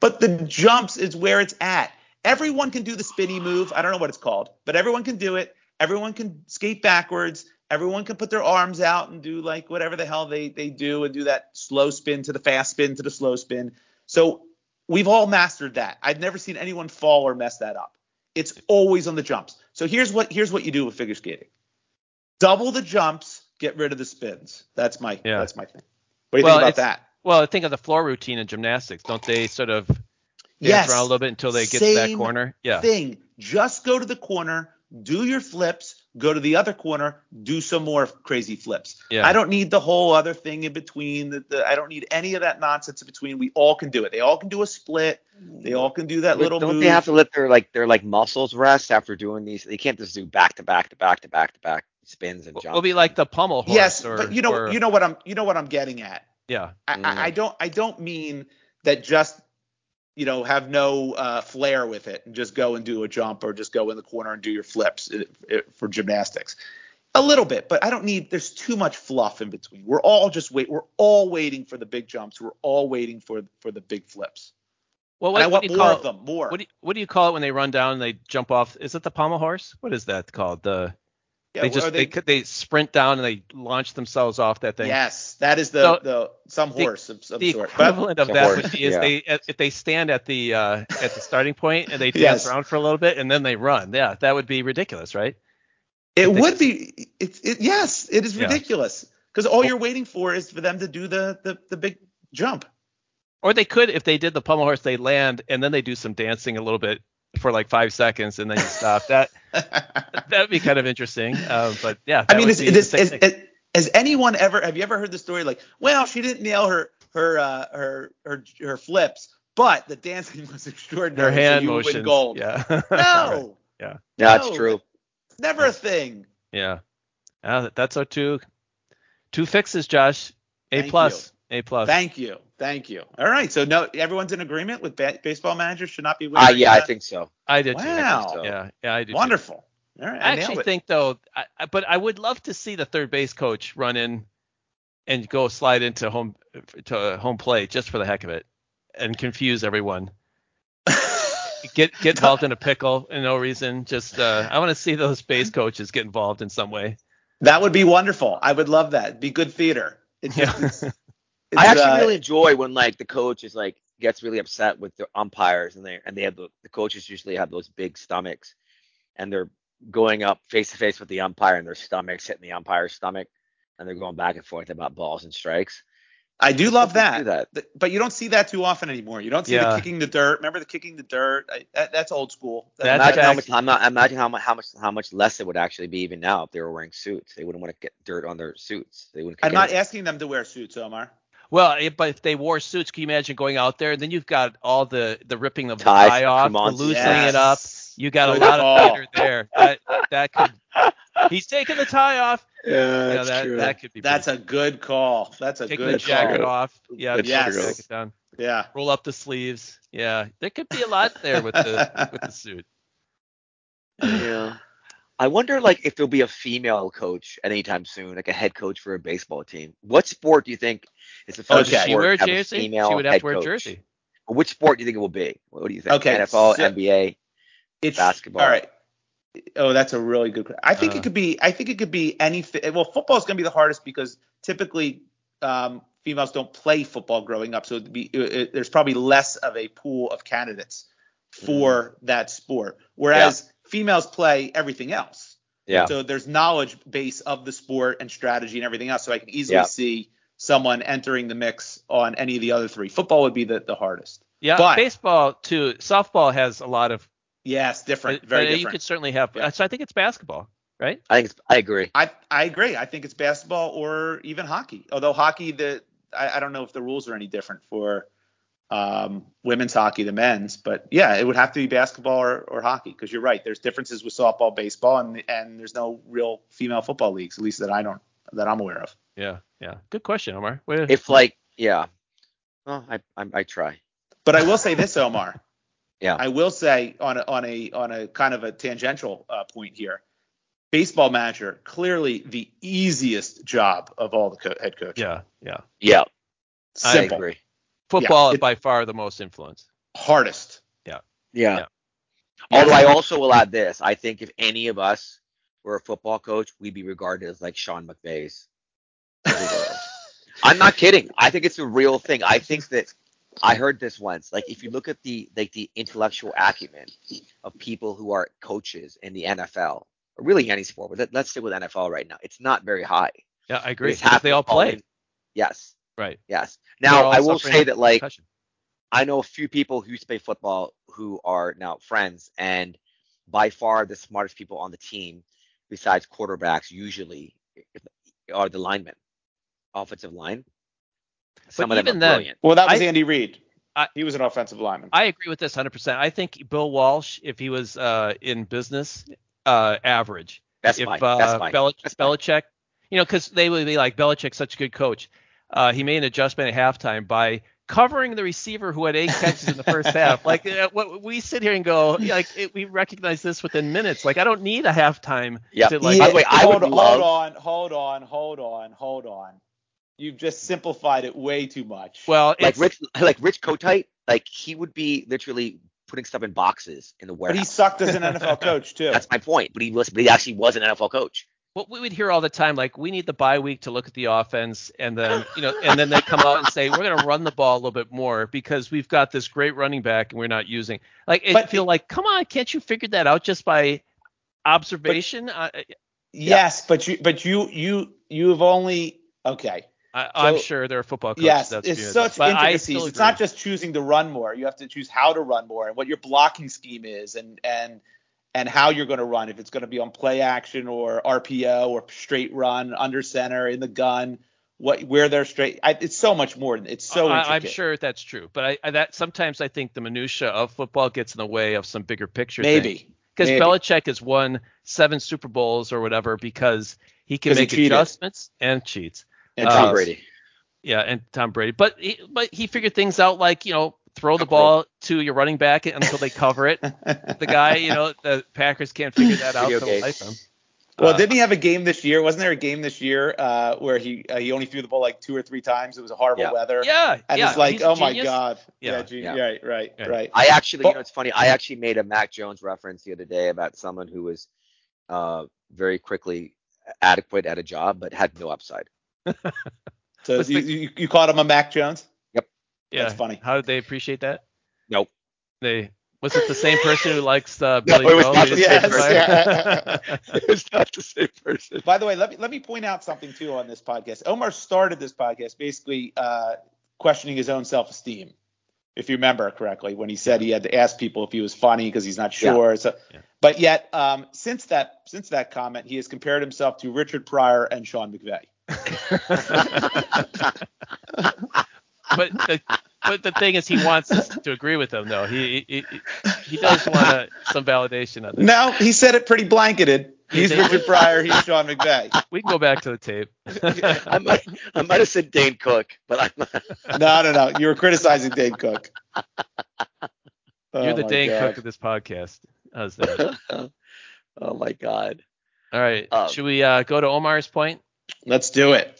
[SPEAKER 2] but the jumps is where it's at. Everyone can do the spinny move. I don't know what it's called, but everyone can do it. Everyone can skate backwards. Everyone can put their arms out and do like whatever the hell they, they do and do that slow spin to the fast spin to the slow spin. So we've all mastered that. I've never seen anyone fall or mess that up. It's always on the jumps. So here's what here's what you do with figure skating. Double the jumps, get rid of the spins. That's my
[SPEAKER 1] Yeah.
[SPEAKER 2] that's my thing. What do you
[SPEAKER 1] Well,
[SPEAKER 2] think about
[SPEAKER 1] it's-
[SPEAKER 2] that?
[SPEAKER 1] Well, I think of the floor routine in gymnastics. Don't they sort of dance
[SPEAKER 2] yes.
[SPEAKER 1] around a little bit until they get to that
[SPEAKER 2] Same
[SPEAKER 1] corner? Yeah.
[SPEAKER 2] thing. Just go to the corner, do your flips, go to the other corner, do some more crazy flips.
[SPEAKER 1] Yeah.
[SPEAKER 2] I don't need the whole other thing in between. The, the, I don't need any of that nonsense in between. We all can do it. They all can do a split. They all can do that
[SPEAKER 3] But
[SPEAKER 2] little
[SPEAKER 3] don't
[SPEAKER 2] move.
[SPEAKER 3] they have to let their like their like muscles rest after doing these? They can't just do back to back to back to back to back spins and jumps.
[SPEAKER 1] It'll be like the pummel horse.
[SPEAKER 2] yes,
[SPEAKER 1] or,
[SPEAKER 2] but you know
[SPEAKER 1] or-
[SPEAKER 2] you know what I'm you know what I'm getting at.
[SPEAKER 1] yeah.
[SPEAKER 2] I,
[SPEAKER 3] Mm.
[SPEAKER 2] I, I don't I don't mean that just you know have no uh, flair with it and just go and do a jump or just go in the corner and do your flips uh, uh, for gymnastics. A little bit, but I don't need. There's too much fluff in between. We're all just wait. We're all waiting for the big jumps. We're all waiting for for the big flips.
[SPEAKER 1] Well,
[SPEAKER 2] And I
[SPEAKER 1] what, what
[SPEAKER 2] want
[SPEAKER 1] do you
[SPEAKER 2] more
[SPEAKER 1] call
[SPEAKER 2] of them. More.
[SPEAKER 1] What do you, what do you call it when they run down and they jump off? Is it the pommel horse? What is that called? The
[SPEAKER 2] yeah,
[SPEAKER 1] they
[SPEAKER 2] wh-
[SPEAKER 1] just
[SPEAKER 2] are
[SPEAKER 1] they, they they sprint down and they launch themselves off that thing.
[SPEAKER 2] Yes, that is the
[SPEAKER 1] So,
[SPEAKER 2] the some
[SPEAKER 1] the-
[SPEAKER 2] horse of some
[SPEAKER 1] The
[SPEAKER 2] sort. But
[SPEAKER 1] equivalent of
[SPEAKER 3] The
[SPEAKER 1] that
[SPEAKER 3] horse,
[SPEAKER 1] would be is
[SPEAKER 3] yeah.
[SPEAKER 1] they if they stand at the uh, at the starting point and they dance
[SPEAKER 2] Yes.
[SPEAKER 1] around for a little bit and then they run. Yeah, that would be ridiculous, right?
[SPEAKER 2] It
[SPEAKER 1] think-
[SPEAKER 2] would be. It's it, yes, it is
[SPEAKER 1] Yeah.
[SPEAKER 2] ridiculous because all you're waiting for is for them to do the the, the big jump.
[SPEAKER 1] Or they could, if they did the pommel horse, they land and then they do some dancing a little bit for like five seconds and then you stop. That
[SPEAKER 2] I
[SPEAKER 1] that'd be kind of interesting. Um, but yeah, that
[SPEAKER 2] mean,
[SPEAKER 1] would
[SPEAKER 2] is,
[SPEAKER 1] be the
[SPEAKER 2] is,
[SPEAKER 1] same
[SPEAKER 2] is,
[SPEAKER 1] thing.
[SPEAKER 2] is- has anyone ever? Have you ever heard the story like, well, she didn't nail her her uh, her her her flips, but the dancing was
[SPEAKER 1] their
[SPEAKER 2] extraordinary. so
[SPEAKER 1] hand
[SPEAKER 2] you would
[SPEAKER 1] motions.
[SPEAKER 2] Win gold.
[SPEAKER 1] Yeah. Right.
[SPEAKER 2] No,
[SPEAKER 3] yeah, that's
[SPEAKER 2] No,
[SPEAKER 3] true.
[SPEAKER 2] never a thing.
[SPEAKER 1] Yeah. Uh, that's our two Two fixes, Josh. A
[SPEAKER 2] Thank
[SPEAKER 1] plus. A plus.
[SPEAKER 2] Thank you. Thank you. All right. So no, everyone's in agreement with ba- baseball managers should not be winning.
[SPEAKER 3] Uh, yeah, I think so.
[SPEAKER 1] I did. too.
[SPEAKER 2] Wow.
[SPEAKER 3] so.
[SPEAKER 1] Yeah, yeah, I did. too.
[SPEAKER 2] Wonderful. All right.
[SPEAKER 1] I
[SPEAKER 2] nailed
[SPEAKER 1] actually
[SPEAKER 2] it.
[SPEAKER 1] think though, I, I- but I would love to see the third base coach run in and go slide into home to home plate just for the heck of it and confuse everyone. Get get involved in a pickle and no reason. Just uh, I want to see those base coaches get involved in some way.
[SPEAKER 2] that would be wonderful. I would love that. It'd be good theater. It's
[SPEAKER 1] Yeah.
[SPEAKER 2] just- it's-
[SPEAKER 3] I
[SPEAKER 2] it's,
[SPEAKER 3] actually
[SPEAKER 2] uh,
[SPEAKER 3] really enjoy when like the coach is like gets really upset with the umpires and they and they have the, the coaches usually have those big stomachs and they're going up face to face with the umpire and their stomachs hitting the umpire's stomach and they're going back and forth about balls and strikes.
[SPEAKER 2] I do love
[SPEAKER 3] People
[SPEAKER 2] that.
[SPEAKER 3] do that.
[SPEAKER 2] Th- But you don't see that too often anymore. You don't see
[SPEAKER 1] Yeah.
[SPEAKER 2] the kicking the dirt. Remember the kicking the dirt? I, that, that's old school. That-
[SPEAKER 1] That's
[SPEAKER 3] imagine how much
[SPEAKER 1] actually-
[SPEAKER 3] I'm not imagine how much how much how much less it would actually be even now if they were wearing suits. They wouldn't want to get dirt on their suits. They wouldn't.
[SPEAKER 2] I'm
[SPEAKER 3] kick
[SPEAKER 2] not
[SPEAKER 3] anything.
[SPEAKER 2] asking them to wear suits, Omar.
[SPEAKER 1] Well, if, but if they wore suits, can you imagine going out there? And then you've got all the the ripping of the
[SPEAKER 3] Ties,
[SPEAKER 1] tie off, the
[SPEAKER 3] Cremonti.
[SPEAKER 1] loosening
[SPEAKER 2] Yes.
[SPEAKER 1] it up. You got a
[SPEAKER 2] Good
[SPEAKER 1] lot
[SPEAKER 2] call.
[SPEAKER 1] of theater there. That that could. He's taking the tie off.
[SPEAKER 3] yeah,
[SPEAKER 1] Yeah, that that could be.
[SPEAKER 2] That's a good call. That's a
[SPEAKER 1] Take
[SPEAKER 2] good
[SPEAKER 1] the jacket
[SPEAKER 2] call.
[SPEAKER 1] off. Yeah,
[SPEAKER 3] That's
[SPEAKER 1] take the
[SPEAKER 2] true.
[SPEAKER 1] jacket down.
[SPEAKER 2] Yeah.
[SPEAKER 1] Roll up the sleeves. Yeah, there could be a lot there with the with the suit.
[SPEAKER 3] yeah. I wonder like if there'll be a female coach at any time soon, like a head coach for a baseball team. What sport do you think is the
[SPEAKER 2] Oh,
[SPEAKER 3] first
[SPEAKER 2] does she
[SPEAKER 1] She
[SPEAKER 3] sport
[SPEAKER 1] wear a
[SPEAKER 3] to have
[SPEAKER 1] jersey.
[SPEAKER 3] female
[SPEAKER 1] She would have
[SPEAKER 3] head
[SPEAKER 1] to wear a
[SPEAKER 3] coach?
[SPEAKER 1] jersey.
[SPEAKER 3] Which sport do you think it will be? What do you think?
[SPEAKER 2] Okay,
[SPEAKER 3] NFL,
[SPEAKER 2] so-
[SPEAKER 3] NBA,
[SPEAKER 2] It's
[SPEAKER 3] basketball.
[SPEAKER 2] All right. Oh, that's a really good. que- I think
[SPEAKER 1] Uh.
[SPEAKER 2] it could be. I think it could be any. fi- Well, football's going to be the hardest because typically um, females don't play football growing up, so it'd be, it, it- there's probably less of a pool of candidates for
[SPEAKER 3] Mm-hmm.
[SPEAKER 2] that sport. Whereas females play everything else.
[SPEAKER 3] Yeah.
[SPEAKER 2] So there's knowledge base of the sport and strategy and everything else. So I can easily
[SPEAKER 3] Yeah.
[SPEAKER 2] see someone entering the mix on any of the other three. Football would be the, the hardest.
[SPEAKER 1] Yeah,
[SPEAKER 2] But-
[SPEAKER 1] baseball too. Softball has a lot of.
[SPEAKER 2] Yes, different.
[SPEAKER 1] but-
[SPEAKER 2] Very
[SPEAKER 1] but
[SPEAKER 2] different.
[SPEAKER 1] You could certainly have.
[SPEAKER 2] Yeah.
[SPEAKER 1] So I think it's basketball, right?
[SPEAKER 3] I think it's, I agree.
[SPEAKER 2] I I agree. I think it's basketball or even hockey. Although hockey, the I, I don't know if the rules are any different for um, women's hockey than men's, but yeah, it would have to be basketball or, or hockey because you're right. There's differences with softball, baseball, and and there's no real female football leagues, at least that I don't that I'm aware of.
[SPEAKER 1] Yeah, yeah. Good question, Omar. Where,
[SPEAKER 3] If like yeah. Well, I I, I try.
[SPEAKER 2] But I will say this, Omar.
[SPEAKER 3] Yeah.
[SPEAKER 2] I will say on a, on a on a kind of a tangential uh, point here. Baseball manager, clearly the easiest job of all the co- head coaches.
[SPEAKER 1] yeah, yeah.
[SPEAKER 3] Yeah,
[SPEAKER 2] Simple,
[SPEAKER 3] I agree.
[SPEAKER 1] Football
[SPEAKER 2] Yeah,
[SPEAKER 1] is
[SPEAKER 2] it-
[SPEAKER 1] by far the most influence.
[SPEAKER 2] hardest.
[SPEAKER 3] Yeah.
[SPEAKER 1] Yeah.
[SPEAKER 3] Although I also will add this, I think if any of us were a football coach, we'd be regarded as like Sean McVay's. I'm not kidding. I think it's a real thing. I think that I heard this once. Like if you look at the like the intellectual acumen of people who are coaches in the NFL, or really any sport, but let, let's stick with NFL right now. It's not very high.
[SPEAKER 1] Yeah, I agree.
[SPEAKER 3] It's
[SPEAKER 1] Because they
[SPEAKER 3] happening
[SPEAKER 1] all play.
[SPEAKER 3] in- Yes.
[SPEAKER 1] Right.
[SPEAKER 3] Yes.
[SPEAKER 1] They're
[SPEAKER 3] Now
[SPEAKER 1] all
[SPEAKER 3] I will
[SPEAKER 1] suffering
[SPEAKER 3] say that like
[SPEAKER 1] concussion.
[SPEAKER 3] I know a few people who used to play football who are now friends, and by far the smartest people on the team, besides quarterbacks, usually are the linemen, offensive line. Some
[SPEAKER 1] But
[SPEAKER 3] of them
[SPEAKER 1] even
[SPEAKER 3] are
[SPEAKER 1] then-
[SPEAKER 3] brilliant.
[SPEAKER 2] Well, that was
[SPEAKER 1] I-
[SPEAKER 2] Andy Reid.
[SPEAKER 1] I-
[SPEAKER 2] he was an offensive lineman.
[SPEAKER 1] I agree with this 100%. I think Bill Walsh, if he was uh, in business, uh, average.
[SPEAKER 3] That's
[SPEAKER 1] if
[SPEAKER 3] fine. That's
[SPEAKER 1] uh,
[SPEAKER 3] fine.
[SPEAKER 1] Belich-
[SPEAKER 3] That's fine.
[SPEAKER 1] Belichick, you know, because they would be like Belichick's such a good coach. Uh, he made an adjustment at halftime by covering the receiver who had eight catches in the first half. Like uh, what we sit here and go, like it, we recognize this within minutes. Like I don't need a halftime.
[SPEAKER 3] Yeah.
[SPEAKER 1] To, like,
[SPEAKER 3] By the way, I
[SPEAKER 2] hold,
[SPEAKER 3] would
[SPEAKER 2] hold
[SPEAKER 3] love-
[SPEAKER 2] on, hold on, hold on, hold on. You've just simplified it way too much.
[SPEAKER 1] Well,
[SPEAKER 3] Like
[SPEAKER 1] it's,
[SPEAKER 3] Rich, like Rich Kotite, like he would be literally putting stuff in boxes in the
[SPEAKER 2] but he
[SPEAKER 3] warehouse.
[SPEAKER 2] sucked as an NFL coach too.
[SPEAKER 3] That's my point. But he was, but he actually was an NFL coach.
[SPEAKER 1] what we would hear all the time, like we need the bye week to look at the offense, and then you know, and then they come out and say we're going to run the ball a little bit more because we've got this great running back and we're not using. Like I
[SPEAKER 2] But-
[SPEAKER 1] feel like, come on, can't you figure that out just by observation? I,
[SPEAKER 2] yes, but you, but you, you, you've only okay.
[SPEAKER 1] I, I'm
[SPEAKER 2] So-
[SPEAKER 1] sure there are football coaches.
[SPEAKER 2] Yes,
[SPEAKER 1] that's
[SPEAKER 2] it's
[SPEAKER 1] doing
[SPEAKER 2] such
[SPEAKER 1] this, but I
[SPEAKER 2] intricacies.
[SPEAKER 1] still
[SPEAKER 2] It's not
[SPEAKER 1] agree.
[SPEAKER 2] just choosing to run more. You have to choose how to run more and what your blocking scheme is and and and how you're going to run. If it's going to be on play action or RPO or straight run under center in the gun, what where they're straight. I, it's so much more. than- It's so
[SPEAKER 1] I, I'm
[SPEAKER 2] intricate.
[SPEAKER 1] sure that's true, but I, I that sometimes I think the minutia of football gets in the way of some bigger picture.
[SPEAKER 2] Maybe
[SPEAKER 1] because
[SPEAKER 2] maybe.
[SPEAKER 1] Belichick has won seven Super Bowls or whatever because he can
[SPEAKER 2] 'Cause he
[SPEAKER 1] make
[SPEAKER 2] cheated.
[SPEAKER 1] adjustments and cheats.
[SPEAKER 2] And
[SPEAKER 1] Uh,
[SPEAKER 3] Tom
[SPEAKER 2] Trubisky.
[SPEAKER 3] Brady.
[SPEAKER 1] Yeah, and Tom Brady. But he, but he figured things out like, you know, throw the
[SPEAKER 3] Agreed.
[SPEAKER 1] ball to your running back until they cover it. the guy, you know, the Packers can't figure that out
[SPEAKER 3] Video
[SPEAKER 1] for
[SPEAKER 3] game.
[SPEAKER 1] life. of 'em.
[SPEAKER 2] Well,
[SPEAKER 1] Uh,
[SPEAKER 2] didn't he have a game this year? Wasn't there a game this year uh, where he uh, he only threw the ball like two or three times? It was a horrible
[SPEAKER 3] Yeah.
[SPEAKER 2] weather.
[SPEAKER 1] Yeah,
[SPEAKER 2] And
[SPEAKER 1] yeah.
[SPEAKER 2] it's like,
[SPEAKER 1] he's a
[SPEAKER 2] oh my
[SPEAKER 1] genius.
[SPEAKER 2] god.
[SPEAKER 1] Yeah.
[SPEAKER 2] gen-
[SPEAKER 3] Yeah.
[SPEAKER 2] Right. Right.
[SPEAKER 1] Right.
[SPEAKER 2] Right.
[SPEAKER 3] I actually, you
[SPEAKER 2] But-
[SPEAKER 3] know, it's funny. I actually made a Mac Jones reference the other day about someone who was uh, very quickly adequate at a job but had no upside.
[SPEAKER 2] So
[SPEAKER 1] Let's
[SPEAKER 2] you,
[SPEAKER 1] think-
[SPEAKER 2] you you called him a Mac Jones?
[SPEAKER 1] Yeah,
[SPEAKER 2] That's funny.
[SPEAKER 1] How did they appreciate that?
[SPEAKER 3] Nope.
[SPEAKER 1] They was it the same person who likes uh,
[SPEAKER 3] No,
[SPEAKER 1] Billy
[SPEAKER 3] it was
[SPEAKER 1] Joel?
[SPEAKER 3] not
[SPEAKER 1] They
[SPEAKER 3] the
[SPEAKER 1] just
[SPEAKER 2] same
[SPEAKER 1] said
[SPEAKER 2] person.
[SPEAKER 1] fire?
[SPEAKER 3] it's not the same person.
[SPEAKER 2] By the way, let me let me point out something too on this podcast. Omar started this podcast basically uh, questioning his own self esteem, if you remember correctly, when he said he had to ask people if he was funny because he's not
[SPEAKER 3] Yeah.
[SPEAKER 2] sure. So,
[SPEAKER 1] Yeah.
[SPEAKER 2] but yet um, since that since that comment, he has compared himself to Richard Pryor and Sean McVay.
[SPEAKER 1] but the, but the thing is, he wants us to agree with him though. He he, he- he does want uh, some validation on this.
[SPEAKER 2] No, he said it pretty blanketed. He's
[SPEAKER 1] did.
[SPEAKER 2] Richard Pryor. He's Sean McVay.
[SPEAKER 1] We can go back to the tape.
[SPEAKER 3] I might, I might have said Dane Cook, but I'm not.
[SPEAKER 2] No, no, no. You were criticizing Dane Cook.
[SPEAKER 1] You're
[SPEAKER 2] Oh
[SPEAKER 1] the
[SPEAKER 2] my
[SPEAKER 1] Dane
[SPEAKER 2] God.
[SPEAKER 1] Cook of this podcast. How's that?
[SPEAKER 3] oh my God.
[SPEAKER 1] All right.
[SPEAKER 3] Um,
[SPEAKER 1] Should we uh, go to Omar's point?
[SPEAKER 2] Let's do it.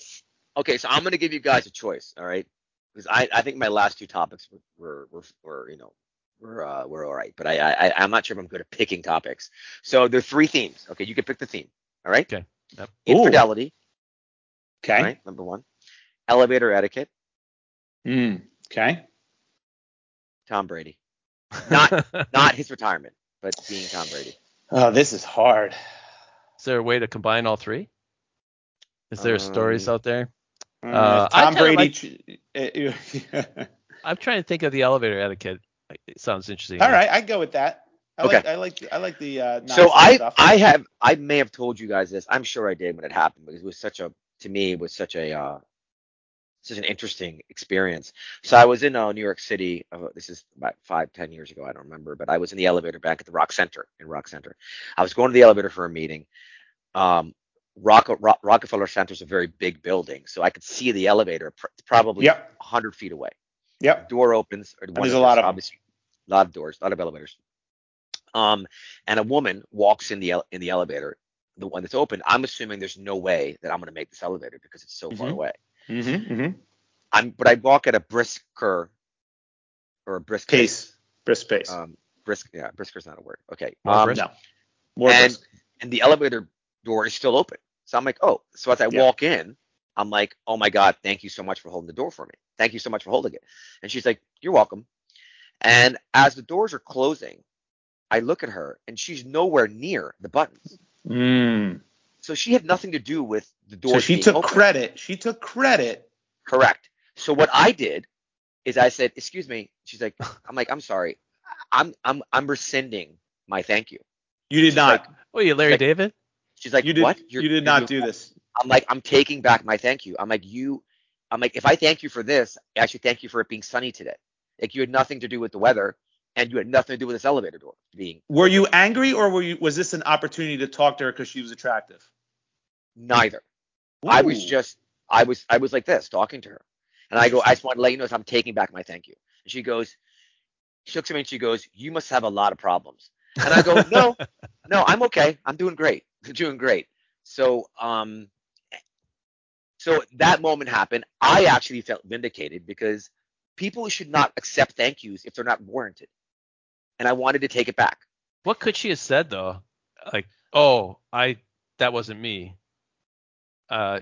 [SPEAKER 3] Okay, so I'm gonna give you guys a choice, all right? Because I, I think my last two topics were were, were, were you know were uh, were all right, but I, I I- I'm not sure if I'm good at picking topics. So there are three themes. Okay, you can pick the theme. All right.
[SPEAKER 1] Okay, yep.
[SPEAKER 3] Infidelity.
[SPEAKER 2] Okay.
[SPEAKER 3] All right. Number one. Elevator etiquette.
[SPEAKER 2] Hmm. okay.
[SPEAKER 3] Tom Brady. Not- Not his retirement, but being Tom Brady.
[SPEAKER 2] Oh, this is hard.
[SPEAKER 1] Is there a way to combine all three? Is there
[SPEAKER 3] Um,
[SPEAKER 1] stories out there?
[SPEAKER 2] Uh,
[SPEAKER 1] I
[SPEAKER 2] Tom
[SPEAKER 1] kinda
[SPEAKER 2] Brady.
[SPEAKER 1] like-
[SPEAKER 2] ch-
[SPEAKER 3] eh,
[SPEAKER 2] uh, uh,
[SPEAKER 1] I'm trying to think of the elevator etiquette. It sounds interesting.
[SPEAKER 2] All right, I go with that. I
[SPEAKER 3] Okay.
[SPEAKER 2] like I like I like the uh,
[SPEAKER 3] So
[SPEAKER 2] nonsense
[SPEAKER 3] I
[SPEAKER 2] stuff.
[SPEAKER 3] I have I may have told you guys this. I'm sure I did when it happened because it was such a to me it was such a uh, such an interesting experience. So I was in uh, New York City. Uh, this is about five ten years ago. I don't remember, but I was in the elevator back at the Rock Center in Rock Center. I was going to the elevator for a meeting. Um, Rock, Rock, Rockefeller Center is a very big building, so I could see the elevator pr- probably a
[SPEAKER 2] Yep.
[SPEAKER 3] 100 feet away
[SPEAKER 2] Yep.
[SPEAKER 3] door opens. Or one
[SPEAKER 2] there's
[SPEAKER 3] of
[SPEAKER 2] a lot of
[SPEAKER 3] those,
[SPEAKER 2] 'em.
[SPEAKER 3] obviously, a lot of doors, a lot of elevators. Um, and a woman walks in the ele- in the elevator, the one that's open. I'm assuming there's no way that I'm gonna make this elevator because it's so far
[SPEAKER 2] Mhm.
[SPEAKER 3] away.
[SPEAKER 2] Mm-hmm, mm-hmm.
[SPEAKER 3] I'm, but I walk at a brisker, or a brisk
[SPEAKER 2] Pace. Brisk pace.
[SPEAKER 3] Um, brisk, yeah, brisker's not a word. Okay.
[SPEAKER 1] More
[SPEAKER 3] um,
[SPEAKER 1] brisk?
[SPEAKER 2] no. More
[SPEAKER 3] and
[SPEAKER 2] brisk.
[SPEAKER 3] and the elevator door is still open. So I'm like, oh. So as I
[SPEAKER 2] Yeah.
[SPEAKER 3] walk in, I'm like, oh my god, thank you so much for holding the door for me. Thank you so much for holding it. And she's like, you're welcome. And as the doors are closing, I look at her and she's nowhere near the buttons.
[SPEAKER 2] Mm.
[SPEAKER 3] So she had nothing to do with the door.
[SPEAKER 2] So she took credit. She took credit.
[SPEAKER 3] Correct. So what I did is I said, excuse me. She's like, I'm like, I'm sorry. I'm I'm I'm rescinding my thank you.
[SPEAKER 2] You did not.
[SPEAKER 1] Oh, you Larry
[SPEAKER 3] Like-
[SPEAKER 1] David?
[SPEAKER 3] She's like,
[SPEAKER 2] you did.
[SPEAKER 3] what?
[SPEAKER 2] you did not do this.
[SPEAKER 3] I'm like, I'm taking back my thank you. I'm like, you, I'm like, if I thank you for this, I should thank you for it being sunny today. Like you had nothing to do with the weather, and you had nothing to do with this elevator door being
[SPEAKER 2] Were you angry or were you? Was this an opportunity to talk to her because she was attractive?
[SPEAKER 3] neither. I was
[SPEAKER 2] Ooh.
[SPEAKER 3] just, I was, I was like this talking to her, and I go, I just want to let you know, that I'm taking back my thank you. And she goes, she looks at me and she goes, you must have a lot of problems. And I go, no, no, I'm okay. I'm doing great. I'm doing great. So, um, so that moment happened. I actually felt vindicated because people should not accept thank yous if they're not warranted. And I wanted to take it back.
[SPEAKER 1] What could she have said though? Like, oh, I that wasn't me. Uh,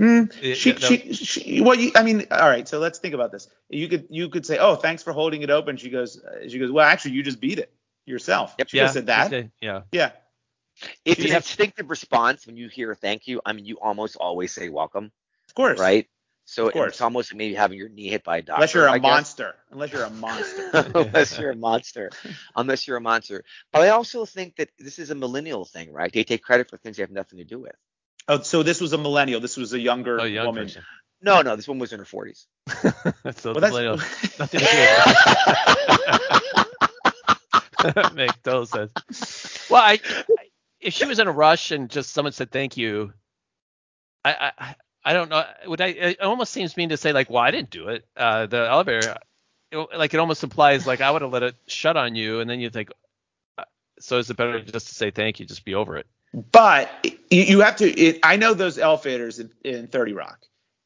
[SPEAKER 2] Mm.
[SPEAKER 1] it-
[SPEAKER 2] she,
[SPEAKER 1] that-
[SPEAKER 2] she, she, well, you, I mean, all right. So let's think about this. You could, you could say, "Oh, thanks for holding it open." She goes, uh, she goes, "Well, actually, you just beat it yourself."
[SPEAKER 3] Yep.
[SPEAKER 2] she
[SPEAKER 1] yeah,
[SPEAKER 2] could have said that.
[SPEAKER 1] she did, Yeah.
[SPEAKER 2] Yeah.
[SPEAKER 3] It's
[SPEAKER 2] Do you
[SPEAKER 3] an
[SPEAKER 2] have-
[SPEAKER 3] instinctive response when you hear a thank you. I mean, you almost always say welcome,
[SPEAKER 2] Of course.
[SPEAKER 3] right? So
[SPEAKER 2] Of course.
[SPEAKER 3] it's almost maybe having your knee hit by a doctor.
[SPEAKER 2] Unless you're a
[SPEAKER 3] I guess.
[SPEAKER 2] monster. Unless you're a monster.
[SPEAKER 3] unless you're a monster. Unless you're a monster. But I also think that this is a millennial thing, right? They take credit for things they have nothing to do with.
[SPEAKER 2] oh, so this was a millennial. This was a younger
[SPEAKER 1] Oh, young
[SPEAKER 2] woman.
[SPEAKER 1] person.
[SPEAKER 3] No, no, this one was in her 40s.
[SPEAKER 1] so the
[SPEAKER 2] Well,
[SPEAKER 1] millennial-
[SPEAKER 2] that's,
[SPEAKER 1] nothing to do with make total sense. Well, I, I- if she was in a rush and just someone said thank you, I I, I I don't know. Would I? It almost seems mean to say like, well, I didn't do it. Uh, the elevator, it, like it almost implies like I would have let it shut on you, and then you think. uh, So is it better just to say thank you, just be over it?
[SPEAKER 2] But you, you have to. It, I know those elevators in, in Thirty Rock,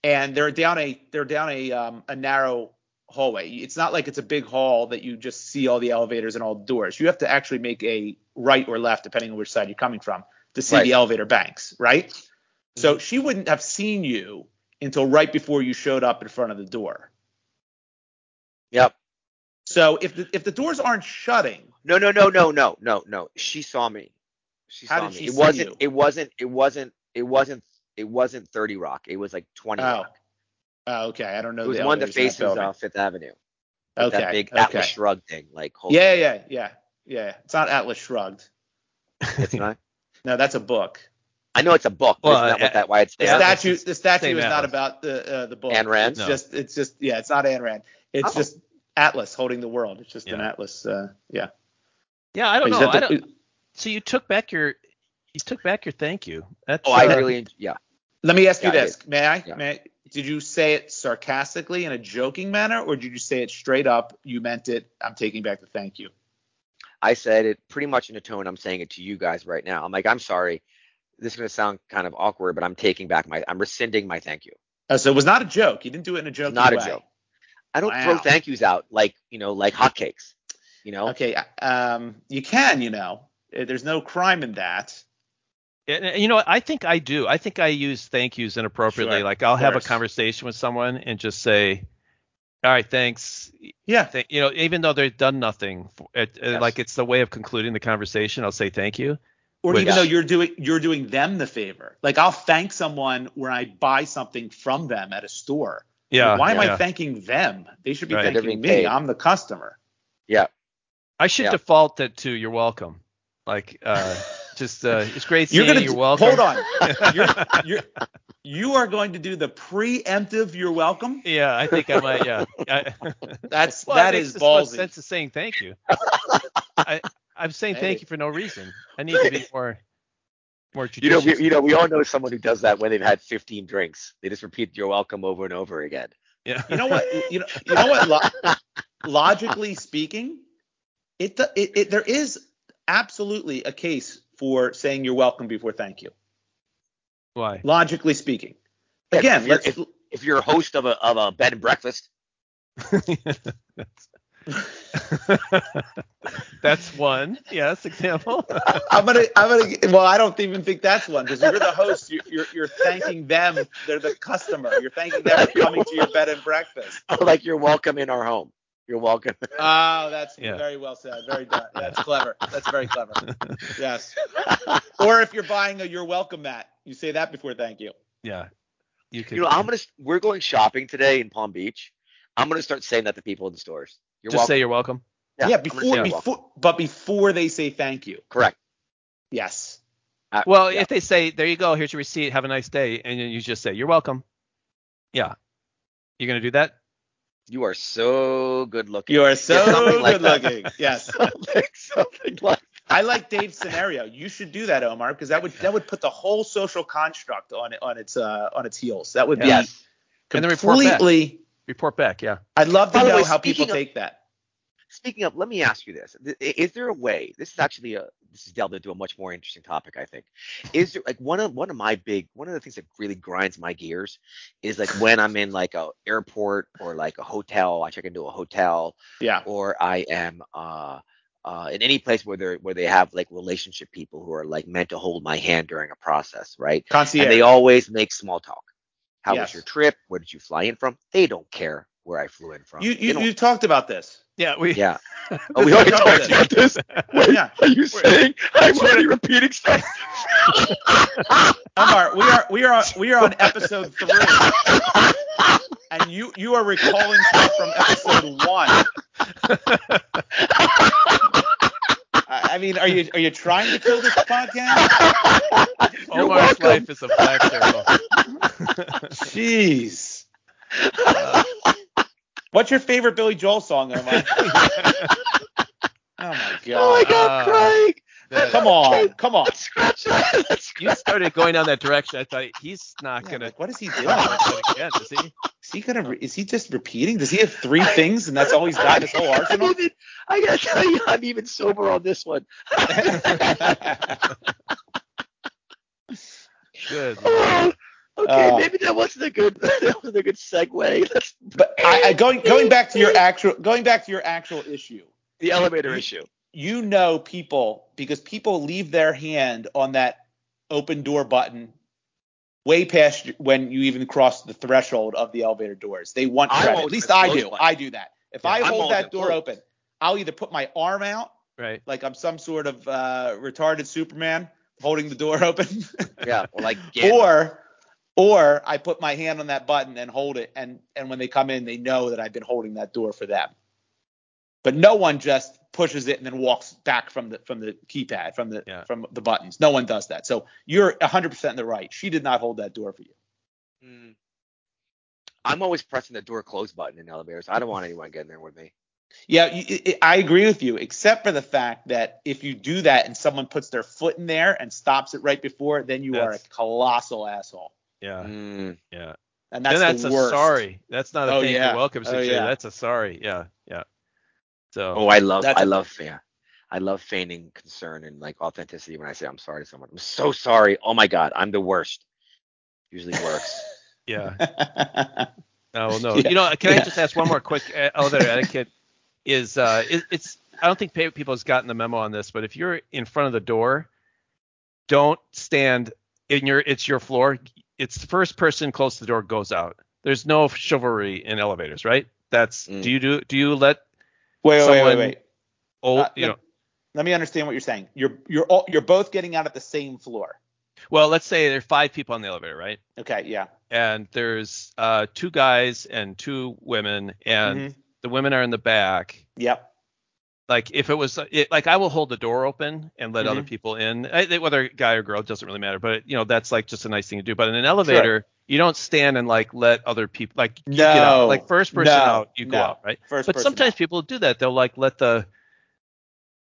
[SPEAKER 2] and they're down a they're down a um, a narrow hallway. It's not like it's a big hall that you just see all the elevators and all the doors. You have to actually make a right or left depending on which side you're coming from to see
[SPEAKER 3] Right. Mm-hmm.
[SPEAKER 2] the elevator banks, right? So she wouldn't have seen you until right before you showed up in front of the door.
[SPEAKER 3] Yep.
[SPEAKER 2] So if the, if the doors aren't shutting,
[SPEAKER 3] No, no, no, no, no, no, no. She saw me. She
[SPEAKER 2] How
[SPEAKER 3] saw
[SPEAKER 2] did
[SPEAKER 3] me.
[SPEAKER 2] she
[SPEAKER 3] it
[SPEAKER 2] see
[SPEAKER 3] wasn't
[SPEAKER 2] you?
[SPEAKER 3] it wasn't it wasn't it wasn't it wasn't 30 Rock. It was like 20
[SPEAKER 2] oh,
[SPEAKER 3] Rock.
[SPEAKER 2] oh okay, I don't know.
[SPEAKER 3] It was
[SPEAKER 2] the
[SPEAKER 3] one that
[SPEAKER 2] elevators in that
[SPEAKER 3] faces
[SPEAKER 2] building.
[SPEAKER 3] uh, Fifth Avenue. With
[SPEAKER 2] Okay,
[SPEAKER 3] That big
[SPEAKER 2] okay.
[SPEAKER 3] Atlas Shrugged thing. Like holy
[SPEAKER 2] Yeah, yeah, yeah, yeah. It's not Atlas Shrugged.
[SPEAKER 3] it's not.
[SPEAKER 2] No, that's a book.
[SPEAKER 3] I know it's a book, but
[SPEAKER 1] Well,
[SPEAKER 3] isn't that
[SPEAKER 1] uh,
[SPEAKER 3] what that why it's
[SPEAKER 2] The
[SPEAKER 1] Yeah,
[SPEAKER 3] there?
[SPEAKER 1] that-
[SPEAKER 2] statue. The statue
[SPEAKER 1] same
[SPEAKER 2] is not
[SPEAKER 1] Atlas.
[SPEAKER 2] about the uh, the book.
[SPEAKER 3] Ayn Rand?
[SPEAKER 2] It's
[SPEAKER 1] No.
[SPEAKER 2] just it's just yeah. It's not Ayn Rand. It's
[SPEAKER 3] Oh.
[SPEAKER 2] just Atlas holding the world. It's just an
[SPEAKER 1] Yeah.
[SPEAKER 2] atlas. Uh, yeah.
[SPEAKER 1] Yeah, I don't know.
[SPEAKER 2] Is that uh,
[SPEAKER 1] I
[SPEAKER 2] the-
[SPEAKER 1] don't, so you took back your, you took back your thank you. That's,
[SPEAKER 3] oh, I
[SPEAKER 1] uh,
[SPEAKER 3] really yeah.
[SPEAKER 2] Let me ask you
[SPEAKER 3] Yeah, I
[SPEAKER 2] this. May I?
[SPEAKER 3] Yeah.
[SPEAKER 2] May I? Did you say it sarcastically in a joking manner, or did you say it straight up? You meant it. I'm taking back the thank you.
[SPEAKER 3] I said it pretty much in a tone I'm saying it to you guys right now. I'm like, I'm sorry. This is gonna sound kind of awkward, but I'm taking back my I'm rescinding my thank you.
[SPEAKER 2] Uh, so it was not a joke. You didn't do it in a joke.
[SPEAKER 3] Not a joke. I don't throw
[SPEAKER 2] Wow.
[SPEAKER 3] thank yous out like you know, like hotcakes. You know?
[SPEAKER 2] Okay. uh, Um, you can. You know, Uh, there's no crime in that.
[SPEAKER 1] And- and you know what? I think I do. I think I use thank yous inappropriately.
[SPEAKER 2] Sure,
[SPEAKER 1] like I'll
[SPEAKER 2] of
[SPEAKER 1] have a
[SPEAKER 2] course.
[SPEAKER 1] conversation with someone and just say, "All right, thanks."
[SPEAKER 2] Yeah.
[SPEAKER 1] Thank, you know, even though they've done nothing, for, it, uh,
[SPEAKER 3] Yes.
[SPEAKER 1] like it's the way of concluding the conversation. I'll say thank you.
[SPEAKER 2] or
[SPEAKER 1] Which-
[SPEAKER 2] even though you're doing you're doing them the favor. Like I'll thank someone when I buy something from them at a store.
[SPEAKER 1] Yeah.
[SPEAKER 2] Why am
[SPEAKER 1] yeah.
[SPEAKER 2] I thanking them? They should be
[SPEAKER 1] Right.
[SPEAKER 3] They're
[SPEAKER 2] thanking
[SPEAKER 3] being
[SPEAKER 2] me.
[SPEAKER 3] paid.
[SPEAKER 2] I'm the customer.
[SPEAKER 1] I should
[SPEAKER 3] Yeah.
[SPEAKER 1] default that to "You're welcome." Like, uh, just uh, it's great
[SPEAKER 2] You're
[SPEAKER 1] seeing you. You're
[SPEAKER 2] gonna do-
[SPEAKER 1] welcome.
[SPEAKER 2] Hold on. You're, you're, you are going to do the preemptive. You're welcome.
[SPEAKER 1] Yeah, I think I might. Yeah, I,
[SPEAKER 2] That's
[SPEAKER 1] well,
[SPEAKER 2] that
[SPEAKER 1] it makes
[SPEAKER 2] is
[SPEAKER 1] as much
[SPEAKER 2] ballsy.
[SPEAKER 1] sense as saying thank you. I, I'm saying thank
[SPEAKER 2] Hey.
[SPEAKER 1] you for no reason. I need to be more, more
[SPEAKER 3] You
[SPEAKER 1] judicious.
[SPEAKER 3] know, we, you know, we all know someone who does that when they've had 15 drinks. They just repeat "You're welcome" over and over again.
[SPEAKER 1] yeah.
[SPEAKER 2] You know what? You know, you know what? Lo- logically speaking, it, do- it it there is absolutely a case for saying you're welcome before thank you.
[SPEAKER 1] Why?
[SPEAKER 2] Logically speaking.
[SPEAKER 3] Yeah,
[SPEAKER 2] Again,
[SPEAKER 3] if you're-
[SPEAKER 2] let's,
[SPEAKER 3] If you're a host of a of a bed and breakfast,
[SPEAKER 1] That's one. Yes, example.
[SPEAKER 2] I'm gonna, I'm gonna. Well, I don't even think that's one because you're the host. You're, you're, you're thanking them. They're the customer. You're thanking them for coming to your bed and breakfast.
[SPEAKER 3] like you're welcome in our home. You're welcome.
[SPEAKER 2] Oh, that's
[SPEAKER 1] Yeah.
[SPEAKER 2] very well said. Very done. That's clever. That's very clever. Yes. Or if you're buying a you're welcome mat, you say that before thank you.
[SPEAKER 1] Yeah. You could
[SPEAKER 3] You know, I'm gonna. We're going shopping today in Palm Beach. I'm gonna start saying that to people in the stores. You're
[SPEAKER 1] just
[SPEAKER 3] welcome.
[SPEAKER 1] say you're welcome.
[SPEAKER 2] Yeah.
[SPEAKER 3] I'm gonna say
[SPEAKER 2] before,
[SPEAKER 3] you're
[SPEAKER 2] before,
[SPEAKER 3] welcome.
[SPEAKER 2] but before they say thank you.
[SPEAKER 3] Correct.
[SPEAKER 2] Yes.
[SPEAKER 3] Uh,
[SPEAKER 1] Well,
[SPEAKER 3] yeah.
[SPEAKER 1] if they say, "There you go, here's your receipt, have a nice day," and then you just say, "You're welcome." Yeah. You're gonna do that?
[SPEAKER 3] you are so good looking.
[SPEAKER 2] You are so
[SPEAKER 3] Something like
[SPEAKER 2] good
[SPEAKER 3] that.
[SPEAKER 2] looking. Yes.
[SPEAKER 3] something, something like.
[SPEAKER 2] I like Dave's scenario. You should do that, Omar, because that would that would put the whole social construct on it on its uh, on its heels. That would be
[SPEAKER 3] Yes.
[SPEAKER 1] And then report back.
[SPEAKER 2] completely.
[SPEAKER 1] Report back. Yeah.
[SPEAKER 2] I'd love to
[SPEAKER 3] By the
[SPEAKER 2] know
[SPEAKER 3] way,
[SPEAKER 2] how people
[SPEAKER 3] speaking of-
[SPEAKER 2] take that.
[SPEAKER 3] Speaking of, let me ask you this: Th- i- Is there a way? This is actually a this is delved into a much more interesting topic, I think. Is there like one of one of my big one of the things that really grinds my gears is like when I'm in like a airport or like a hotel, I check into a hotel,
[SPEAKER 2] Yeah.
[SPEAKER 3] or I am uh, uh, in any place where they where they have like relationship people who are like meant to hold my hand during a process, right?
[SPEAKER 2] Concierge.
[SPEAKER 3] And they always make small talk. How
[SPEAKER 2] Yes.
[SPEAKER 3] was your trip? Where did you fly in from? They don't care where I flew in from.
[SPEAKER 2] you
[SPEAKER 3] They
[SPEAKER 2] you,
[SPEAKER 3] don't-
[SPEAKER 2] you talked about this.
[SPEAKER 1] Yeah. We.
[SPEAKER 3] yeah. Oh, we already talked about this. Wait,
[SPEAKER 2] Yeah.
[SPEAKER 3] are you saying I'm
[SPEAKER 1] Twitter-
[SPEAKER 3] already repeating stuff?
[SPEAKER 2] Oh, Omar, we are we are we are on episode three, and you you are recalling stuff from episode one. I I mean, are you are you trying to kill this podcast?
[SPEAKER 3] You're
[SPEAKER 1] Omar's
[SPEAKER 3] welcome.
[SPEAKER 1] life is a black circle.
[SPEAKER 2] Jeez. What's your favorite Billy Joel song, Omar? oh my
[SPEAKER 3] Oh, I
[SPEAKER 2] god.
[SPEAKER 3] got
[SPEAKER 1] Uh,
[SPEAKER 3] crying.
[SPEAKER 2] Come on, come on.
[SPEAKER 3] Let's scratch that. Let's
[SPEAKER 1] You started going down that direction. I thought he's not
[SPEAKER 2] Yeah,
[SPEAKER 1] gonna
[SPEAKER 2] like, what is he
[SPEAKER 1] do
[SPEAKER 2] doing?
[SPEAKER 1] that again, is he?
[SPEAKER 2] Is he gonna? Re- is he just repeating? Does he have three things and that's all he's got in his whole
[SPEAKER 3] I'm
[SPEAKER 2] arsenal?
[SPEAKER 3] even, I gotta tell you, I'm even sober on this one.
[SPEAKER 1] Good.
[SPEAKER 3] okay,
[SPEAKER 2] Oh.
[SPEAKER 3] maybe that wasn't a good that wasn't a good segue. That's
[SPEAKER 2] But I, I, going going back to your actual going back to your actual issue.
[SPEAKER 3] the elevator issue.
[SPEAKER 2] you know people because people leave their hand on that open door button way past when you even cross the threshold of the elevator doors. They want
[SPEAKER 3] I
[SPEAKER 2] credit.
[SPEAKER 3] won't
[SPEAKER 2] At least
[SPEAKER 3] even
[SPEAKER 2] I
[SPEAKER 3] close
[SPEAKER 2] do.
[SPEAKER 3] one.
[SPEAKER 2] I do that. If
[SPEAKER 1] Yeah,
[SPEAKER 2] I
[SPEAKER 3] I'm
[SPEAKER 2] hold
[SPEAKER 3] won't
[SPEAKER 2] that
[SPEAKER 3] even
[SPEAKER 2] door
[SPEAKER 3] close.
[SPEAKER 2] open, I'll either put my arm out
[SPEAKER 1] Right.
[SPEAKER 2] like I'm some sort of uh, retarded Superman holding the door open,
[SPEAKER 3] Yeah, well, like
[SPEAKER 2] or or I put my hand on that button and hold it, and and when they come in, they know that I've been holding that door for them. But no one just pushes it and then walks back from the from the keypad from the
[SPEAKER 1] Yeah.
[SPEAKER 2] from the buttons. No one does that. So you're 100% in the right. She did not hold that door for you.
[SPEAKER 3] Mm. I'm always pressing the door close button in elevators. I don't want anyone getting there with me.
[SPEAKER 2] Yeah, you, i I I agree with you, except for the fact that if you do that and someone puts their foot in there and stops it right before, then you are a
[SPEAKER 1] That's-
[SPEAKER 2] colossal asshole.
[SPEAKER 1] Yeah.
[SPEAKER 3] Mm.
[SPEAKER 1] Yeah.
[SPEAKER 2] And that's,
[SPEAKER 1] then that's
[SPEAKER 2] the
[SPEAKER 1] a
[SPEAKER 2] worst.
[SPEAKER 1] sorry. That's not a
[SPEAKER 2] Oh,
[SPEAKER 1] thank you
[SPEAKER 2] yeah.
[SPEAKER 1] welcome
[SPEAKER 2] Oh,
[SPEAKER 1] situation.
[SPEAKER 2] yeah.
[SPEAKER 1] That's a sorry. Yeah. Yeah. So
[SPEAKER 3] Oh, I love
[SPEAKER 2] That's
[SPEAKER 3] I
[SPEAKER 2] a-
[SPEAKER 3] love fan. I love feigning concern and like authenticity when I say I'm sorry to someone. I'm so sorry. Oh my god, I'm the worst. Usually works.
[SPEAKER 1] yeah.
[SPEAKER 2] yeah,
[SPEAKER 1] Oh well, no.
[SPEAKER 2] Yeah.
[SPEAKER 1] You know, can I
[SPEAKER 2] Yeah.
[SPEAKER 1] just ask one more quick uh, elevator etiquette? Is uh, it, it's I don't think pa- people has gotten the memo on this, but if you're in front of the door, don't stand in your it's your floor. It's the first person close to the door goes out. There's no chivalry in elevators, right? That's
[SPEAKER 3] Mm.
[SPEAKER 1] do you do do you let
[SPEAKER 2] wait, wait, wait,
[SPEAKER 1] Someone-
[SPEAKER 2] wait.
[SPEAKER 1] old
[SPEAKER 2] Uh,
[SPEAKER 1] you know
[SPEAKER 2] let, let me understand what you're saying. You're you're all, you're both getting out at the same floor.
[SPEAKER 1] well let's say there are five people on the elevator, right?
[SPEAKER 2] Okay, yeah.
[SPEAKER 1] and there's uh, two guys and two women, and
[SPEAKER 2] Mhm.
[SPEAKER 1] the women are in the back.
[SPEAKER 2] Yep.
[SPEAKER 1] Like if it was, it, like I will hold the door open and let
[SPEAKER 2] Mm-hmm.
[SPEAKER 1] other people in, I, they- whether guy or girl, it doesn't really matter. But you know that's like just a nice thing to do. But in an elevator, you don't stand and like let other people like you get
[SPEAKER 2] No.
[SPEAKER 1] out. Like first person
[SPEAKER 2] No.
[SPEAKER 1] out, you go
[SPEAKER 2] No.
[SPEAKER 1] out, right?
[SPEAKER 2] First
[SPEAKER 1] But
[SPEAKER 2] person
[SPEAKER 1] sometimes
[SPEAKER 2] out.
[SPEAKER 1] people do that. They'll like let the,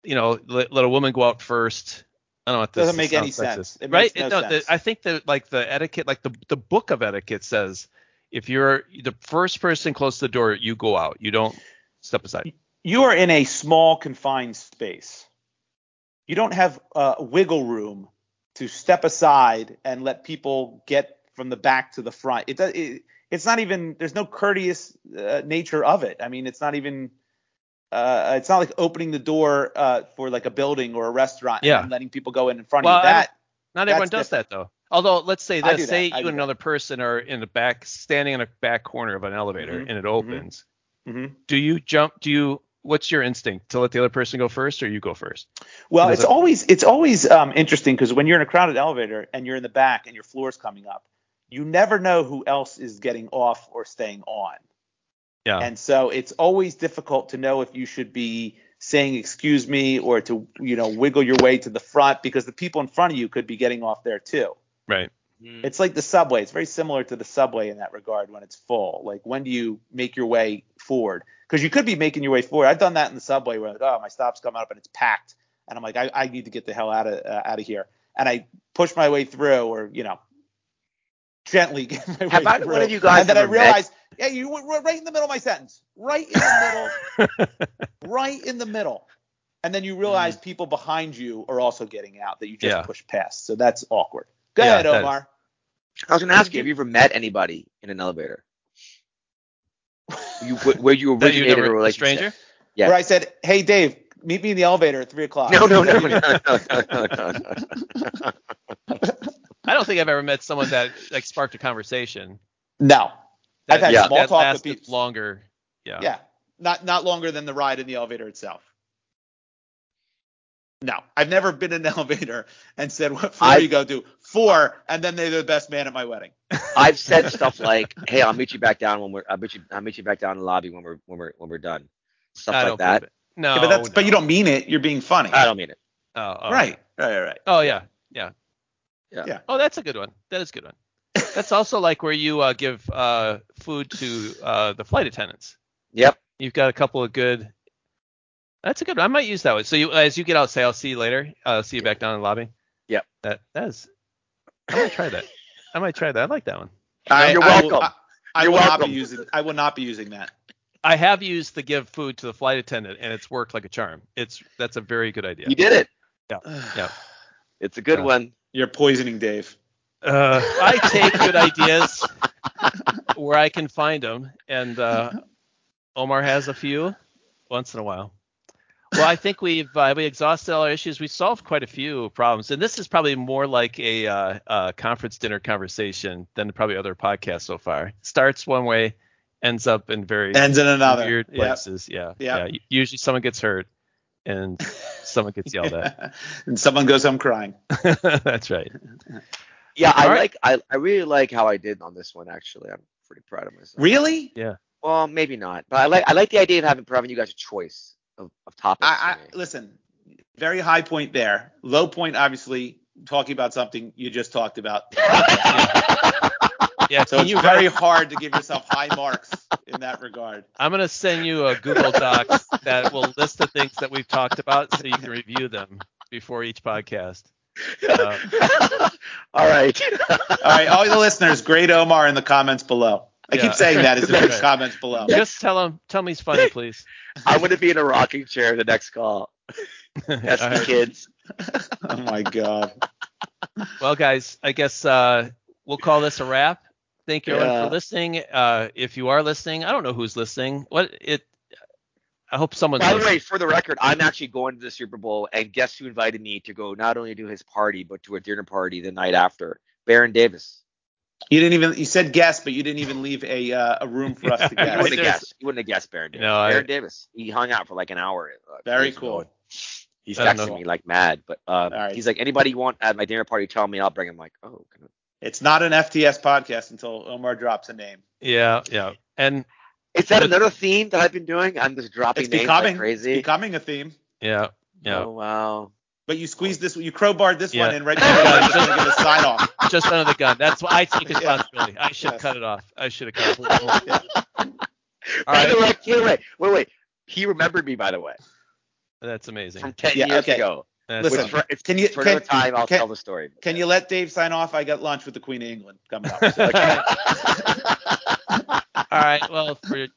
[SPEAKER 1] you know, let, let a woman go out first. I don't know. If this
[SPEAKER 2] Doesn't make any
[SPEAKER 1] sounds
[SPEAKER 2] sense.
[SPEAKER 1] sexist.
[SPEAKER 2] It
[SPEAKER 1] right?
[SPEAKER 2] makes no
[SPEAKER 1] the-
[SPEAKER 2] sense.
[SPEAKER 1] I think that like the etiquette, like the the book of etiquette says, if you're the first person close to the door, you go out. You don't step aside.
[SPEAKER 2] you are in a small confined space. You don't have uh, wiggle room to step aside and let people get from the back to the front. It, does, it it's not even there's no courteous uh, nature of it. I mean, it's not even uh, it's not like opening the door uh, for like a building or a restaurant
[SPEAKER 1] Yeah.
[SPEAKER 2] and then letting people go in in front
[SPEAKER 1] Well,
[SPEAKER 2] of
[SPEAKER 1] I
[SPEAKER 2] you. That
[SPEAKER 1] Not
[SPEAKER 2] That's
[SPEAKER 1] everyone does that though. Although let's say
[SPEAKER 2] I do
[SPEAKER 1] this,
[SPEAKER 2] that.
[SPEAKER 1] say
[SPEAKER 2] I
[SPEAKER 1] you and
[SPEAKER 2] do that.
[SPEAKER 1] another person are in the back, standing in a back corner of an elevator,
[SPEAKER 2] Mhm.
[SPEAKER 1] and it opens.
[SPEAKER 2] Mhm.
[SPEAKER 1] Do you jump? Do you? What's your instinct to let the other person go first, or you go first?
[SPEAKER 2] Well,
[SPEAKER 1] It
[SPEAKER 2] it's
[SPEAKER 1] doesn't-
[SPEAKER 2] always it's always um, interesting because when you're in a crowded elevator and you're in the back and your floor's coming up, you never know who else is getting off or staying on.
[SPEAKER 1] Yeah.
[SPEAKER 2] And so it's always difficult to know if you should be saying excuse me or to you know wiggle your way to the front because the people in front of you could be getting off there too.
[SPEAKER 1] right.
[SPEAKER 3] Mm.
[SPEAKER 2] It's like the subway. It's very similar to the subway in that regard when it's full. Like when do you make your way forward? Because you could be making your way forward. I've done that in the subway where like, oh my stop's coming up and it's packed, and I'm like I, I need to get the hell out of uh, out of here, and I push my way through or you know gently get my way
[SPEAKER 3] Have either
[SPEAKER 2] through.
[SPEAKER 3] one of you guys
[SPEAKER 2] and then I
[SPEAKER 3] ever met-
[SPEAKER 2] realized, yeah, you were right in the middle of my sentence, right in the middle, right in the middle. And then you
[SPEAKER 3] Mm.
[SPEAKER 2] realize people behind you are also getting out that you just
[SPEAKER 1] Yeah.
[SPEAKER 2] pushed past. So that's awkward. Go
[SPEAKER 1] Yeah,
[SPEAKER 2] ahead,
[SPEAKER 1] that is.
[SPEAKER 2] Omar.
[SPEAKER 3] I was gonna ask you, have you ever met anybody in an elevator? You wh- where you
[SPEAKER 1] That you
[SPEAKER 3] originated a
[SPEAKER 1] never- a
[SPEAKER 3] relationship?
[SPEAKER 1] stranger?
[SPEAKER 3] Yeah.
[SPEAKER 2] Where I said, "Hey Dave, meet me in the elevator at three o'clock."
[SPEAKER 3] No, no, no, no, no, no, no, no.
[SPEAKER 1] I don't think I've ever met someone that like sparked a conversation.
[SPEAKER 2] No.
[SPEAKER 1] That,
[SPEAKER 2] I've had
[SPEAKER 1] yeah,
[SPEAKER 2] small
[SPEAKER 1] that
[SPEAKER 2] talk with
[SPEAKER 1] lasted
[SPEAKER 2] people.
[SPEAKER 1] longer. Yeah.
[SPEAKER 2] Yeah, not not longer than the ride in the elevator itself. No, I've never been in an elevator and said, "What floor
[SPEAKER 3] I-
[SPEAKER 2] you go to?" Four, and then they're the best man at my wedding.
[SPEAKER 3] I've said stuff like, "Hey, I'll meet you back down when we're I'll meet you I'll meet you back down in the lobby when we're when we're when we're done." Stuff
[SPEAKER 1] I
[SPEAKER 3] like
[SPEAKER 1] don't
[SPEAKER 3] that.
[SPEAKER 1] believe it. No.
[SPEAKER 2] Yeah, but that's
[SPEAKER 1] no.
[SPEAKER 2] but you don't mean it. You're being funny.
[SPEAKER 3] I don't mean it.
[SPEAKER 1] Oh, oh.
[SPEAKER 2] right. Right. Right.
[SPEAKER 1] Oh yeah. Yeah.
[SPEAKER 3] Yeah.
[SPEAKER 2] Yeah.
[SPEAKER 1] Oh, that's a good one. That is a good one. That's also like where you uh, give uh, food to uh, the flight attendants.
[SPEAKER 3] Yep.
[SPEAKER 1] You've got a couple of good That's a good. one. I might use that one. So you, as you get out, say I'll see you later. Uh, see you back down in the lobby.
[SPEAKER 3] Yep.
[SPEAKER 1] That that is. I might try that. I might try that. I like that one.
[SPEAKER 2] I,
[SPEAKER 3] you're
[SPEAKER 2] I will-
[SPEAKER 3] welcome.
[SPEAKER 2] I, I
[SPEAKER 3] You're
[SPEAKER 2] will not
[SPEAKER 3] welcome.
[SPEAKER 2] be using. I will not be using that.
[SPEAKER 1] I have used the give food to the flight attendant, and it's worked like a charm. It's that's a very good idea.
[SPEAKER 3] You did it.
[SPEAKER 1] Yeah.
[SPEAKER 3] It's a good
[SPEAKER 1] Yeah.
[SPEAKER 3] one.
[SPEAKER 2] You're poisoning Dave.
[SPEAKER 1] Uh, I take good ideas where I can find them, and uh, Omar has a few once in a while. Well, I think we've uh, we exhausted all our issues. We solved quite a few problems, and this is probably more like a uh, uh, conference dinner conversation than probably other podcasts so far. Starts one way, ends up in very
[SPEAKER 2] Ends in another.
[SPEAKER 1] weird
[SPEAKER 2] Yep.
[SPEAKER 1] places. Yeah,
[SPEAKER 2] Yeah.
[SPEAKER 1] yeah. Usually someone gets hurt and someone gets yelled at.
[SPEAKER 2] and someone goes home crying.
[SPEAKER 1] That's right.
[SPEAKER 3] Yeah, I
[SPEAKER 1] All right.
[SPEAKER 3] like. I, I really like how I did on this one. Actually, I'm pretty proud of myself.
[SPEAKER 2] Really?
[SPEAKER 3] Well, maybe not, but I like. I like the idea of having providing you guys a choice of, of topics.
[SPEAKER 2] I,
[SPEAKER 3] for me.
[SPEAKER 2] I listen. Very high point there. Low point, obviously, talking about something you just talked about.
[SPEAKER 1] Yeah.
[SPEAKER 2] So
[SPEAKER 1] can
[SPEAKER 2] it's
[SPEAKER 1] you
[SPEAKER 2] very hard to give yourself high marks in that regard.
[SPEAKER 1] I'm gonna send you a Google Docs that will list the things that we've talked about, so you can review them before each podcast. Uh,
[SPEAKER 3] All right.
[SPEAKER 2] All right, all the listeners, grade Omar in the comments below. I
[SPEAKER 1] Yeah.
[SPEAKER 2] keep saying that as
[SPEAKER 1] That's
[SPEAKER 2] the
[SPEAKER 1] right.
[SPEAKER 2] comments below.
[SPEAKER 1] just tell him, tell me he's funny, please.
[SPEAKER 3] I'm gonna be in a rocking chair the next call. That's
[SPEAKER 1] All
[SPEAKER 3] the
[SPEAKER 1] right.
[SPEAKER 3] kids.
[SPEAKER 2] Oh my god.
[SPEAKER 1] Well, guys, I guess uh, we'll call this a wrap. Thank you
[SPEAKER 3] Yeah.
[SPEAKER 1] everyone for listening. Uh, if you are listening, I don't know who's listening. What it? I hope someone's
[SPEAKER 3] By the
[SPEAKER 1] listening.
[SPEAKER 3] way, for the record, I'm actually going to the Super Bowl, and guess who invited me to go not only to his party but to a dinner party the night after? Baron Davis.
[SPEAKER 2] You didn't even you said guess, but you didn't even leave a uh, a room for us to
[SPEAKER 1] Yeah,
[SPEAKER 3] You
[SPEAKER 1] I
[SPEAKER 2] guess.
[SPEAKER 1] mean,
[SPEAKER 3] wouldn't have
[SPEAKER 1] there's-
[SPEAKER 3] guessed. You wouldn't have guessed Baron Davis.
[SPEAKER 1] No, I-
[SPEAKER 3] Baron Davis. He hung out for like an hour. uh,
[SPEAKER 2] Very
[SPEAKER 3] years ago.
[SPEAKER 2] cool.
[SPEAKER 3] He's
[SPEAKER 1] I don't
[SPEAKER 3] texting
[SPEAKER 2] know.
[SPEAKER 3] me like mad, but uh,
[SPEAKER 2] right.
[SPEAKER 3] he's like, anybody you want at my dinner party, tell me, I'll bring him. Like, oh, can I-
[SPEAKER 2] It's not an FTS podcast until Omar drops a name.
[SPEAKER 1] Yeah, yeah. And
[SPEAKER 3] is that another theme that I've been doing? I'm just dropping
[SPEAKER 2] It's
[SPEAKER 3] names
[SPEAKER 2] becoming
[SPEAKER 3] like crazy.
[SPEAKER 2] becoming a theme.
[SPEAKER 1] yeah, yeah.
[SPEAKER 3] Oh wow.
[SPEAKER 2] But you squeezed this you crowbarred this one
[SPEAKER 1] Yeah.
[SPEAKER 2] in right there.
[SPEAKER 1] Yeah,
[SPEAKER 2] I'm just gonna give a sign off.
[SPEAKER 1] just under the gun. That's why I take
[SPEAKER 2] Yeah.
[SPEAKER 1] responsibility. I should
[SPEAKER 2] Yes.
[SPEAKER 1] cut it off. I should have cut it off.
[SPEAKER 2] Yeah.
[SPEAKER 1] All
[SPEAKER 3] By the
[SPEAKER 1] right,
[SPEAKER 3] way, wait, wait, wait, wait. He remembered me, by the way,
[SPEAKER 1] that's
[SPEAKER 3] from
[SPEAKER 1] amazing.
[SPEAKER 3] ten
[SPEAKER 2] Yeah,
[SPEAKER 3] years
[SPEAKER 2] okay.
[SPEAKER 3] ago.
[SPEAKER 1] That's
[SPEAKER 2] Listen,
[SPEAKER 1] amazing.
[SPEAKER 3] Which for, if,
[SPEAKER 2] Can you
[SPEAKER 3] for
[SPEAKER 2] can,
[SPEAKER 3] another time, I'll
[SPEAKER 2] can-
[SPEAKER 3] tell the story.
[SPEAKER 2] can you let Dave sign off? I got lunch with the Queen of England coming up. So-
[SPEAKER 1] Okay. All right. Well, for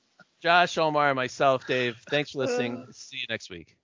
[SPEAKER 1] Josh, Omar, and myself, Dave, thanks for listening. See you next week.